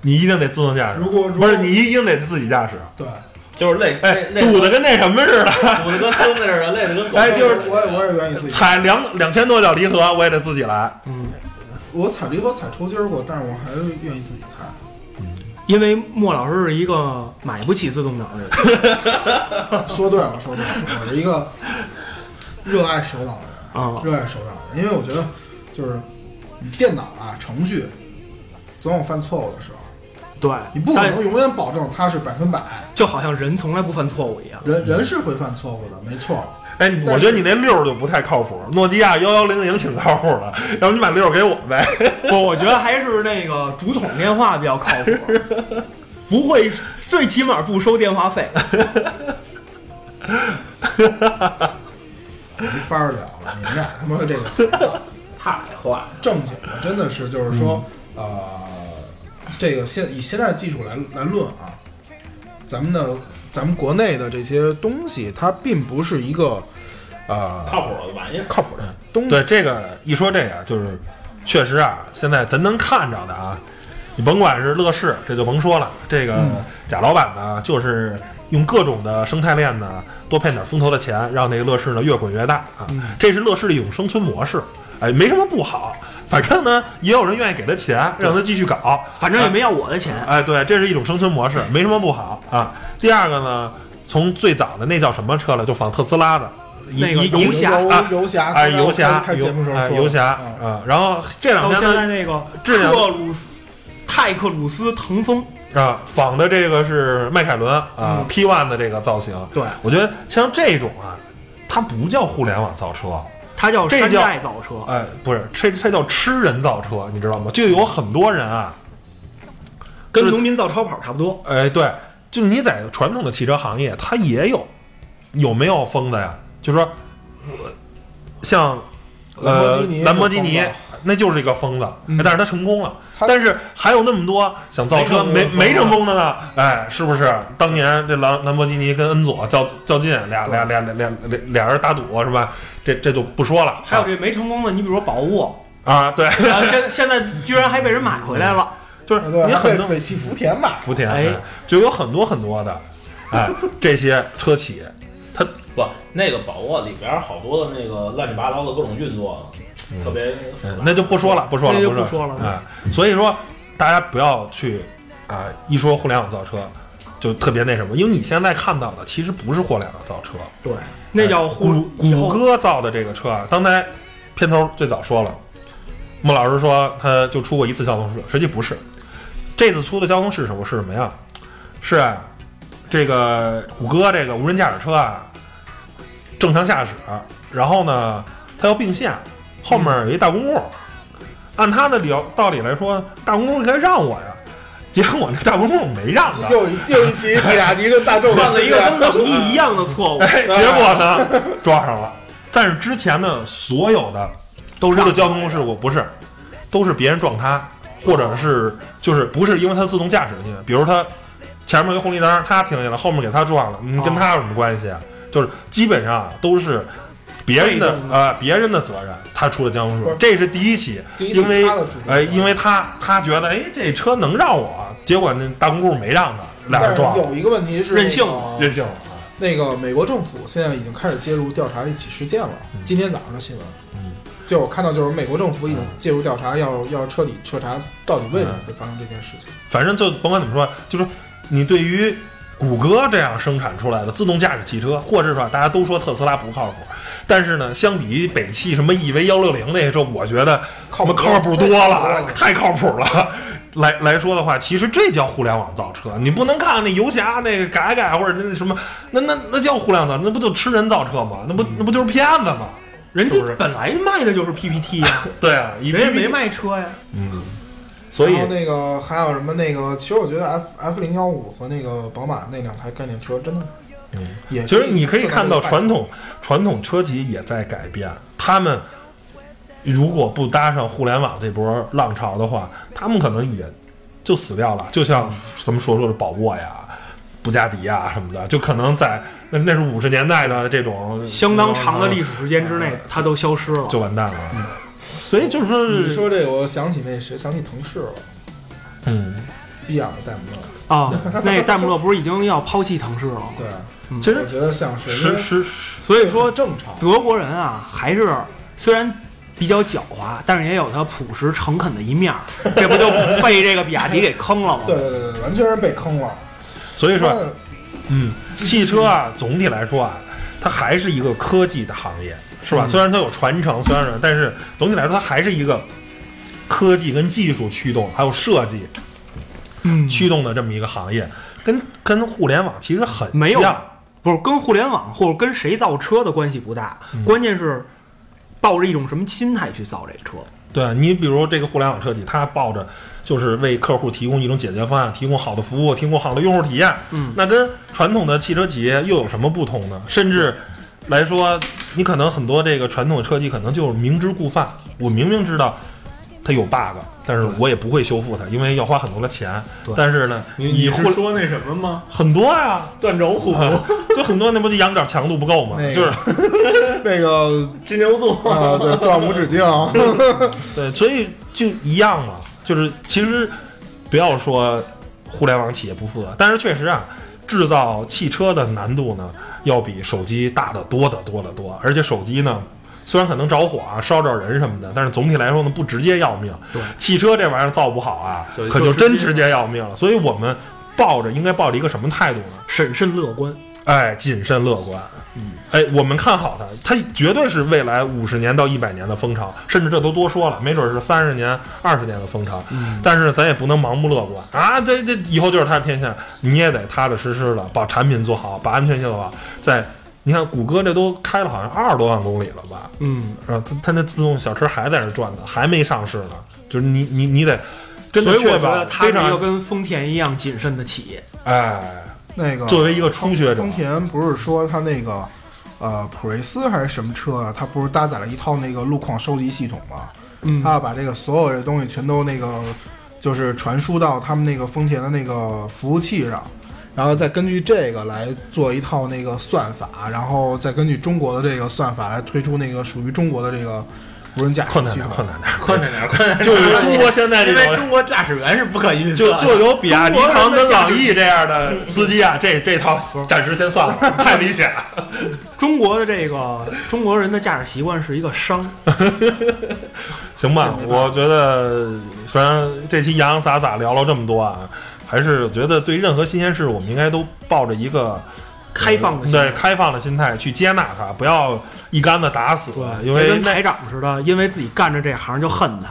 [SPEAKER 2] 你一定得自动驾驶，
[SPEAKER 4] 如果如
[SPEAKER 2] 不
[SPEAKER 4] 果
[SPEAKER 2] 是你一定得自己驾驶，
[SPEAKER 4] 对，
[SPEAKER 6] 就是累
[SPEAKER 2] 哎
[SPEAKER 6] 累，累
[SPEAKER 2] 堵得跟那什么似的，
[SPEAKER 6] 堵得跟孙子似的，累得跟狗。
[SPEAKER 2] 哎就是
[SPEAKER 4] 我也我也愿意自 己。
[SPEAKER 2] 踩两两千多脚离合，我也得自己来。
[SPEAKER 4] 我踩离合踩抽筋儿过，但是我还是愿意自己开。
[SPEAKER 5] 因为莫老师是一个买不起自动挡的 人。
[SPEAKER 4] 说对了，说对了，我是一个热爱手挡的
[SPEAKER 5] 啊
[SPEAKER 4] 人，热爱手挡的人，因为我觉得就是你电脑啊，程序总有犯错误的时候，
[SPEAKER 5] 对，
[SPEAKER 4] 你不可
[SPEAKER 5] 但
[SPEAKER 4] 能永远保证它是百分百，
[SPEAKER 5] 就好像人从来不犯错误一样。
[SPEAKER 4] 人人是会犯错误的，没错。
[SPEAKER 2] 哎，你我觉得你那六儿就不太靠谱，诺基亚幺幺零零挺靠谱的，要不你把六儿给我呗。
[SPEAKER 5] 不，我觉得还是那个竹筒电话比较靠谱， 不会，最起码不收电话费。
[SPEAKER 4] 没法儿聊了，你们俩他妈这个
[SPEAKER 5] 太坏了，
[SPEAKER 4] 正经的真的是就是说，
[SPEAKER 5] 嗯
[SPEAKER 4] 呃，这个现以现在技术来来论啊，咱们的咱们国内的这些东西，它并不是一个呃
[SPEAKER 6] 靠谱的玩意儿，
[SPEAKER 4] 靠谱的东西。
[SPEAKER 2] 对这个一说这个，就是确实啊，现在咱能看着的啊，你甭管是乐视，这就甭说了，这个
[SPEAKER 5] 嗯
[SPEAKER 2] 贾老板呢，就是用各种的生态链呢，多骗点风投的钱，让那个乐视呢越滚越大啊，
[SPEAKER 5] 嗯
[SPEAKER 2] 这是乐视的一种生存模式，哎，没什么不好，反正呢也有人愿意给他钱，让他继续搞，啊
[SPEAKER 5] 反正也没要我的钱。
[SPEAKER 2] 哎，对，这是一种生存模式，没什么不好啊。第二个呢，从最早的那叫什么车了，就仿特斯拉的，一
[SPEAKER 5] 那个
[SPEAKER 2] 一
[SPEAKER 5] 游
[SPEAKER 2] 一
[SPEAKER 5] 侠
[SPEAKER 4] 游
[SPEAKER 2] 啊
[SPEAKER 4] 游侠
[SPEAKER 2] 哎，
[SPEAKER 4] 刚才我
[SPEAKER 2] 游侠，
[SPEAKER 4] 开开节目时候
[SPEAKER 2] 哎
[SPEAKER 4] 说的
[SPEAKER 2] 游侠
[SPEAKER 4] 嗯
[SPEAKER 2] 啊。然后这两天
[SPEAKER 5] 到现
[SPEAKER 2] 呢，
[SPEAKER 5] 在那个
[SPEAKER 2] 质量
[SPEAKER 5] 克鲁斯、泰克鲁斯、腾风，
[SPEAKER 2] 啊，仿的这个是迈凯伦啊 P One 的这个造型。
[SPEAKER 5] 嗯对，
[SPEAKER 2] 我觉得像这种啊，它不叫互联网造车，
[SPEAKER 5] 它叫
[SPEAKER 2] 这
[SPEAKER 5] 山
[SPEAKER 2] 叫
[SPEAKER 5] 寨造车。
[SPEAKER 2] 哎，不是，这这叫吃人造车，你知道吗？就有很多人啊，
[SPEAKER 5] 跟农民造超跑差不多。
[SPEAKER 2] 哎，对，就你在传统的汽车行业，它也有有没有疯的呀？就是说，我像
[SPEAKER 4] 兰博
[SPEAKER 2] 呃
[SPEAKER 4] 基尼
[SPEAKER 2] 兰博基尼
[SPEAKER 4] 就疯了，
[SPEAKER 2] 那就是一个疯子，
[SPEAKER 4] 嗯
[SPEAKER 2] 但是他成功了。
[SPEAKER 4] 他
[SPEAKER 2] 但是还有那么多想造车没
[SPEAKER 6] 没
[SPEAKER 2] 没成功的呢，哎，是不是？当年这兰兰博基尼跟恩佐较较劲，俩俩俩俩俩俩俩人打赌是吧？这这就不说了。
[SPEAKER 5] 还有这没成功的，你比如说宝沃，
[SPEAKER 2] 啊，对，
[SPEAKER 5] 然后现现在居然还被人买回来了。
[SPEAKER 2] 就是
[SPEAKER 4] 啊对，
[SPEAKER 2] 你
[SPEAKER 4] 还
[SPEAKER 2] 很
[SPEAKER 4] 被
[SPEAKER 2] 多
[SPEAKER 4] 北汽福田吧，
[SPEAKER 2] 福田，
[SPEAKER 5] 哎
[SPEAKER 2] 哎就有很多很多的，哎，这些车企，它
[SPEAKER 6] 不，那个宝沃里边好多的那个乱七八糟的各种运作，特别复
[SPEAKER 2] 嗯
[SPEAKER 6] 杂
[SPEAKER 2] 那就不说了，不说了，
[SPEAKER 5] 那就
[SPEAKER 2] 说
[SPEAKER 5] 不说了
[SPEAKER 2] 哎、所以说，大家不要去啊、一说互联网造车就特别那什么，因为你现在看到的其实不是互联网造车，
[SPEAKER 5] 对，那叫互
[SPEAKER 2] 哎谷
[SPEAKER 5] 以后
[SPEAKER 2] 谷歌造的这个车啊。刚才片头最早说了，孟老师说他就出过一次交通事故，实际不是。这次出的交通事故是什么呀？是啊这个谷歌这个无人驾驶车啊，正常驾驶，然后呢，它要并线，后面有一大公共，按他的理道理来说，大公共应该让我呀，结果那大公共没让啊他，
[SPEAKER 4] 又一又一起比亚迪跟大众
[SPEAKER 5] 犯了一个
[SPEAKER 4] 事件
[SPEAKER 5] 跟冷一一样的 错误，
[SPEAKER 2] 哎，结果 呢抓上了。但是之前的所有的
[SPEAKER 5] 都
[SPEAKER 2] 出
[SPEAKER 5] 让
[SPEAKER 2] 的交通事故不是，都是别人撞他，或者是就是不是因为他自动驾驶去，比如他前面有一红绿灯，他停下了，后面给他撞了，你
[SPEAKER 4] 哦
[SPEAKER 2] 跟他有什么关系？啊？就是基本上都是别人的呃别人的责任，他出了交通事故
[SPEAKER 4] 不是，
[SPEAKER 2] 这是第一起，
[SPEAKER 4] 第一起
[SPEAKER 2] 因为
[SPEAKER 4] 他的主
[SPEAKER 2] 哎，因为他他觉得哎这车能让我，结果那大公路没让他，俩人撞
[SPEAKER 4] 但是
[SPEAKER 2] 了，
[SPEAKER 4] 有一个问题是
[SPEAKER 5] 任性
[SPEAKER 4] 那个
[SPEAKER 2] 任性了。
[SPEAKER 4] 那个美国政府现在已经开始介入调查这起事件了，今天早上的新闻，
[SPEAKER 2] 嗯
[SPEAKER 4] 就我看到就是美国政府已经介入调查，要要彻底彻查到底为什么
[SPEAKER 2] 嗯
[SPEAKER 4] 会发生这件事情。
[SPEAKER 2] 反正就甭管怎么说，就是你对于谷歌这样生产出来的自动驾驶汽车，或者说大家都说特斯拉不靠谱，但是呢，相比于北汽什么 EV 幺六零那些车，我觉得
[SPEAKER 4] 靠谱
[SPEAKER 2] 他妈靠谱多了，
[SPEAKER 4] 太
[SPEAKER 2] 太靠谱了。来来说的话，其实这叫互联网造车，你不能看那游侠那个改改或者那什么，那那那叫互联网造车，那不就吃人造车吗？那不那不就是骗子吗？
[SPEAKER 5] 人家
[SPEAKER 2] 是不是
[SPEAKER 5] 本来卖的就是 PPT 呀，
[SPEAKER 2] 对啊，以
[SPEAKER 5] 人家
[SPEAKER 2] PPT
[SPEAKER 5] 没，卖车呀，
[SPEAKER 2] 嗯所以
[SPEAKER 4] 然后那个还有什么那个，其实我觉得 F F 零幺五和那个宝马那两台概念车真的，也
[SPEAKER 2] 嗯其实你可以看到
[SPEAKER 4] 做
[SPEAKER 2] 传统传统车企也在改变，他们如果不搭上互联网这波浪潮的话，他们可能也就死掉了。就像咱们所说的宝沃呀、布加迪呀什么的，就可能在那那是五十年代的这种
[SPEAKER 5] 相当长的历
[SPEAKER 2] 史
[SPEAKER 5] 史时间之内，它都消失了。
[SPEAKER 2] 嗯就完蛋了。所以就是
[SPEAKER 4] 这个
[SPEAKER 2] 说，
[SPEAKER 4] 你说这个，我想起那谁，想起腾势了，
[SPEAKER 2] 嗯，
[SPEAKER 4] 逼养的戴姆勒，
[SPEAKER 5] 啊，那戴姆勒不是已经要抛弃腾势了吗？
[SPEAKER 4] 对，
[SPEAKER 2] 嗯其
[SPEAKER 4] 我
[SPEAKER 2] 实
[SPEAKER 4] 觉得像是因
[SPEAKER 2] 十
[SPEAKER 4] 为
[SPEAKER 2] 十
[SPEAKER 5] 所以说，
[SPEAKER 4] 正常，
[SPEAKER 5] 德国人啊，还是虽然比较狡猾，但是也有他朴实诚恳的一面儿。这不就被这个比亚迪给坑了吗？
[SPEAKER 4] 对对对对，完全是被坑了。
[SPEAKER 2] 所以说
[SPEAKER 4] 他，们
[SPEAKER 2] 嗯，汽车啊，总体来说啊，它还是一个科技的行业，是
[SPEAKER 5] 嗯
[SPEAKER 2] 吧？虽然它有传承，虽然但是总体来说，它还是一个科技跟技术驱动，还有设计
[SPEAKER 5] 嗯，
[SPEAKER 2] 驱动的这么一个行业，跟跟互联网其实很
[SPEAKER 5] 没有
[SPEAKER 2] 像。
[SPEAKER 5] 不是跟互联网或者跟谁造车的关系不大，
[SPEAKER 6] 嗯
[SPEAKER 5] 关键是抱着一种什么心态去造这车。
[SPEAKER 2] 对你，比如这个互联网车企，它抱着就是为客户提供一种解决方案，提供好的服务，提供好的用户体验。
[SPEAKER 5] 嗯
[SPEAKER 2] 那跟传统的汽车企业又有什么不同呢？甚至来说，你可能很多这个传统的车企可能就是明知故犯，我明明知道它有 bug，但是我也不会修复它，因为要花很多的钱。但是呢，你
[SPEAKER 6] 是
[SPEAKER 2] 互
[SPEAKER 6] 说那什么吗？
[SPEAKER 2] 很多呀、
[SPEAKER 6] 断轴 虎
[SPEAKER 2] 啊，就很多那不就羊角强度不够吗？
[SPEAKER 4] 那个
[SPEAKER 2] 就是
[SPEAKER 4] 那个
[SPEAKER 6] 金牛座，
[SPEAKER 4] 啊，对，断无 止境。
[SPEAKER 2] 对，所以就一样嘛，就是其实不要说互联网企业不负责，但是确实啊，制造汽车的难度呢，要比手机大得多得多得多，而且手机呢。虽然可能着火啊，烧着人什么的，但是总体来说呢，不直接要命。
[SPEAKER 5] 对，
[SPEAKER 2] 汽车这玩意儿造不好啊
[SPEAKER 6] 就，
[SPEAKER 2] 可
[SPEAKER 6] 就
[SPEAKER 2] 就
[SPEAKER 6] 直接
[SPEAKER 2] 真直接要命了。所以我们抱着应该抱着一个什么态度呢？
[SPEAKER 5] 审慎乐观，
[SPEAKER 2] 哎，谨慎乐观。嗯，哎，我们看好它，它绝对是未来五十年到一百年的风潮，甚至这都多说了，没准是三十年、二十年的风潮。嗯，但是咱也不能盲目乐观啊！这这以后就是它的天下，你也得踏踏实实的把产品做好，把安全性做好。在你看，谷歌这都开了好像二十多万公里了吧？
[SPEAKER 5] 嗯，
[SPEAKER 2] 啊，它它那自动小车还在那转呢，还没上市呢。就是你你你得真
[SPEAKER 5] 所
[SPEAKER 2] 的
[SPEAKER 5] 以我
[SPEAKER 2] 确
[SPEAKER 5] 觉得
[SPEAKER 2] 保
[SPEAKER 5] 它
[SPEAKER 2] 非
[SPEAKER 5] 是一个
[SPEAKER 2] 常
[SPEAKER 5] 跟丰田一样谨慎的企业。
[SPEAKER 2] 哎，
[SPEAKER 4] 那个
[SPEAKER 2] 作为一个初学者
[SPEAKER 4] 丰田不是说它那个呃普锐斯还是什么车啊？它不是搭载了一套那个路况收集系统吗？
[SPEAKER 5] 嗯
[SPEAKER 4] 它要把这个所有的东西全都那个就是传输到他们那个丰田的那个服务器上。然后再根据这个来做一套那个算法，然后再根据中国的这个算法来推出那个属于中国的这个无人驾驶
[SPEAKER 2] 困难
[SPEAKER 4] 系
[SPEAKER 2] 点，
[SPEAKER 4] 统。
[SPEAKER 2] 困难点。
[SPEAKER 6] 困难点，困难点。
[SPEAKER 2] 就是中国现在这
[SPEAKER 6] 因为
[SPEAKER 2] 种
[SPEAKER 6] 中国驾驶员是不可预 测
[SPEAKER 2] 就
[SPEAKER 6] 的，
[SPEAKER 2] 就有比亚迪唐跟朗逸这样的司机啊，这这套暂时先算了，太危险了。
[SPEAKER 5] 中国的这个中国人的驾驶习惯是一个商，
[SPEAKER 2] 行吧，我觉得虽然这期洋洋洒洒聊了这么多啊，还是觉得对任何新鲜事，我们应该都抱着一个
[SPEAKER 5] 开放的心
[SPEAKER 2] 对开放的心态去接纳它，不要一竿子打死。因
[SPEAKER 5] 就
[SPEAKER 2] 为
[SPEAKER 5] 跟
[SPEAKER 2] 那
[SPEAKER 5] 台长似的，因为自己干着这行就恨他。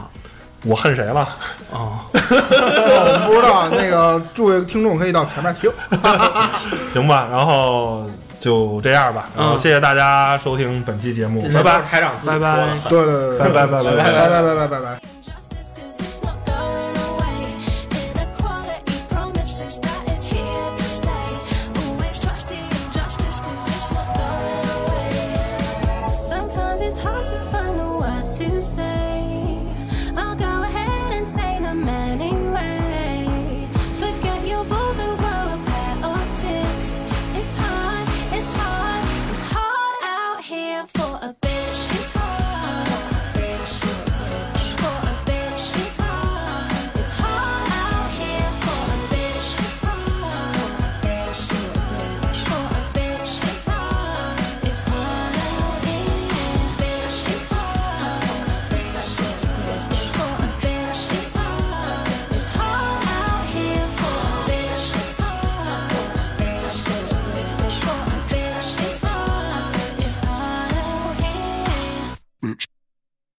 [SPEAKER 2] 我恨谁 了？
[SPEAKER 5] 哦，
[SPEAKER 4] 我们不知道那个，诸位听众可以到前面听。
[SPEAKER 2] 行吧，然后就这样吧，然后
[SPEAKER 5] 嗯
[SPEAKER 2] 谢谢大家收听本期节目，
[SPEAKER 6] 这
[SPEAKER 2] 拜
[SPEAKER 6] 都
[SPEAKER 2] 拜
[SPEAKER 6] 是。台长自己
[SPEAKER 5] 拜
[SPEAKER 6] 说
[SPEAKER 5] 拜
[SPEAKER 6] 的，
[SPEAKER 4] 对对对，
[SPEAKER 2] 拜拜拜
[SPEAKER 4] 拜
[SPEAKER 2] 拜
[SPEAKER 4] 拜拜拜拜拜拜。
[SPEAKER 7] Justice, 'cause it's not going away. Inequality promises that it's here to stay. Always trust the injustice, 'cause it's not going away. Sometimes it's hard to find the words to say. I'll go ahead and say them anyway. Forget your balls and grow a pair of tits. It's hard, it's hard, it's hard out here for a bit.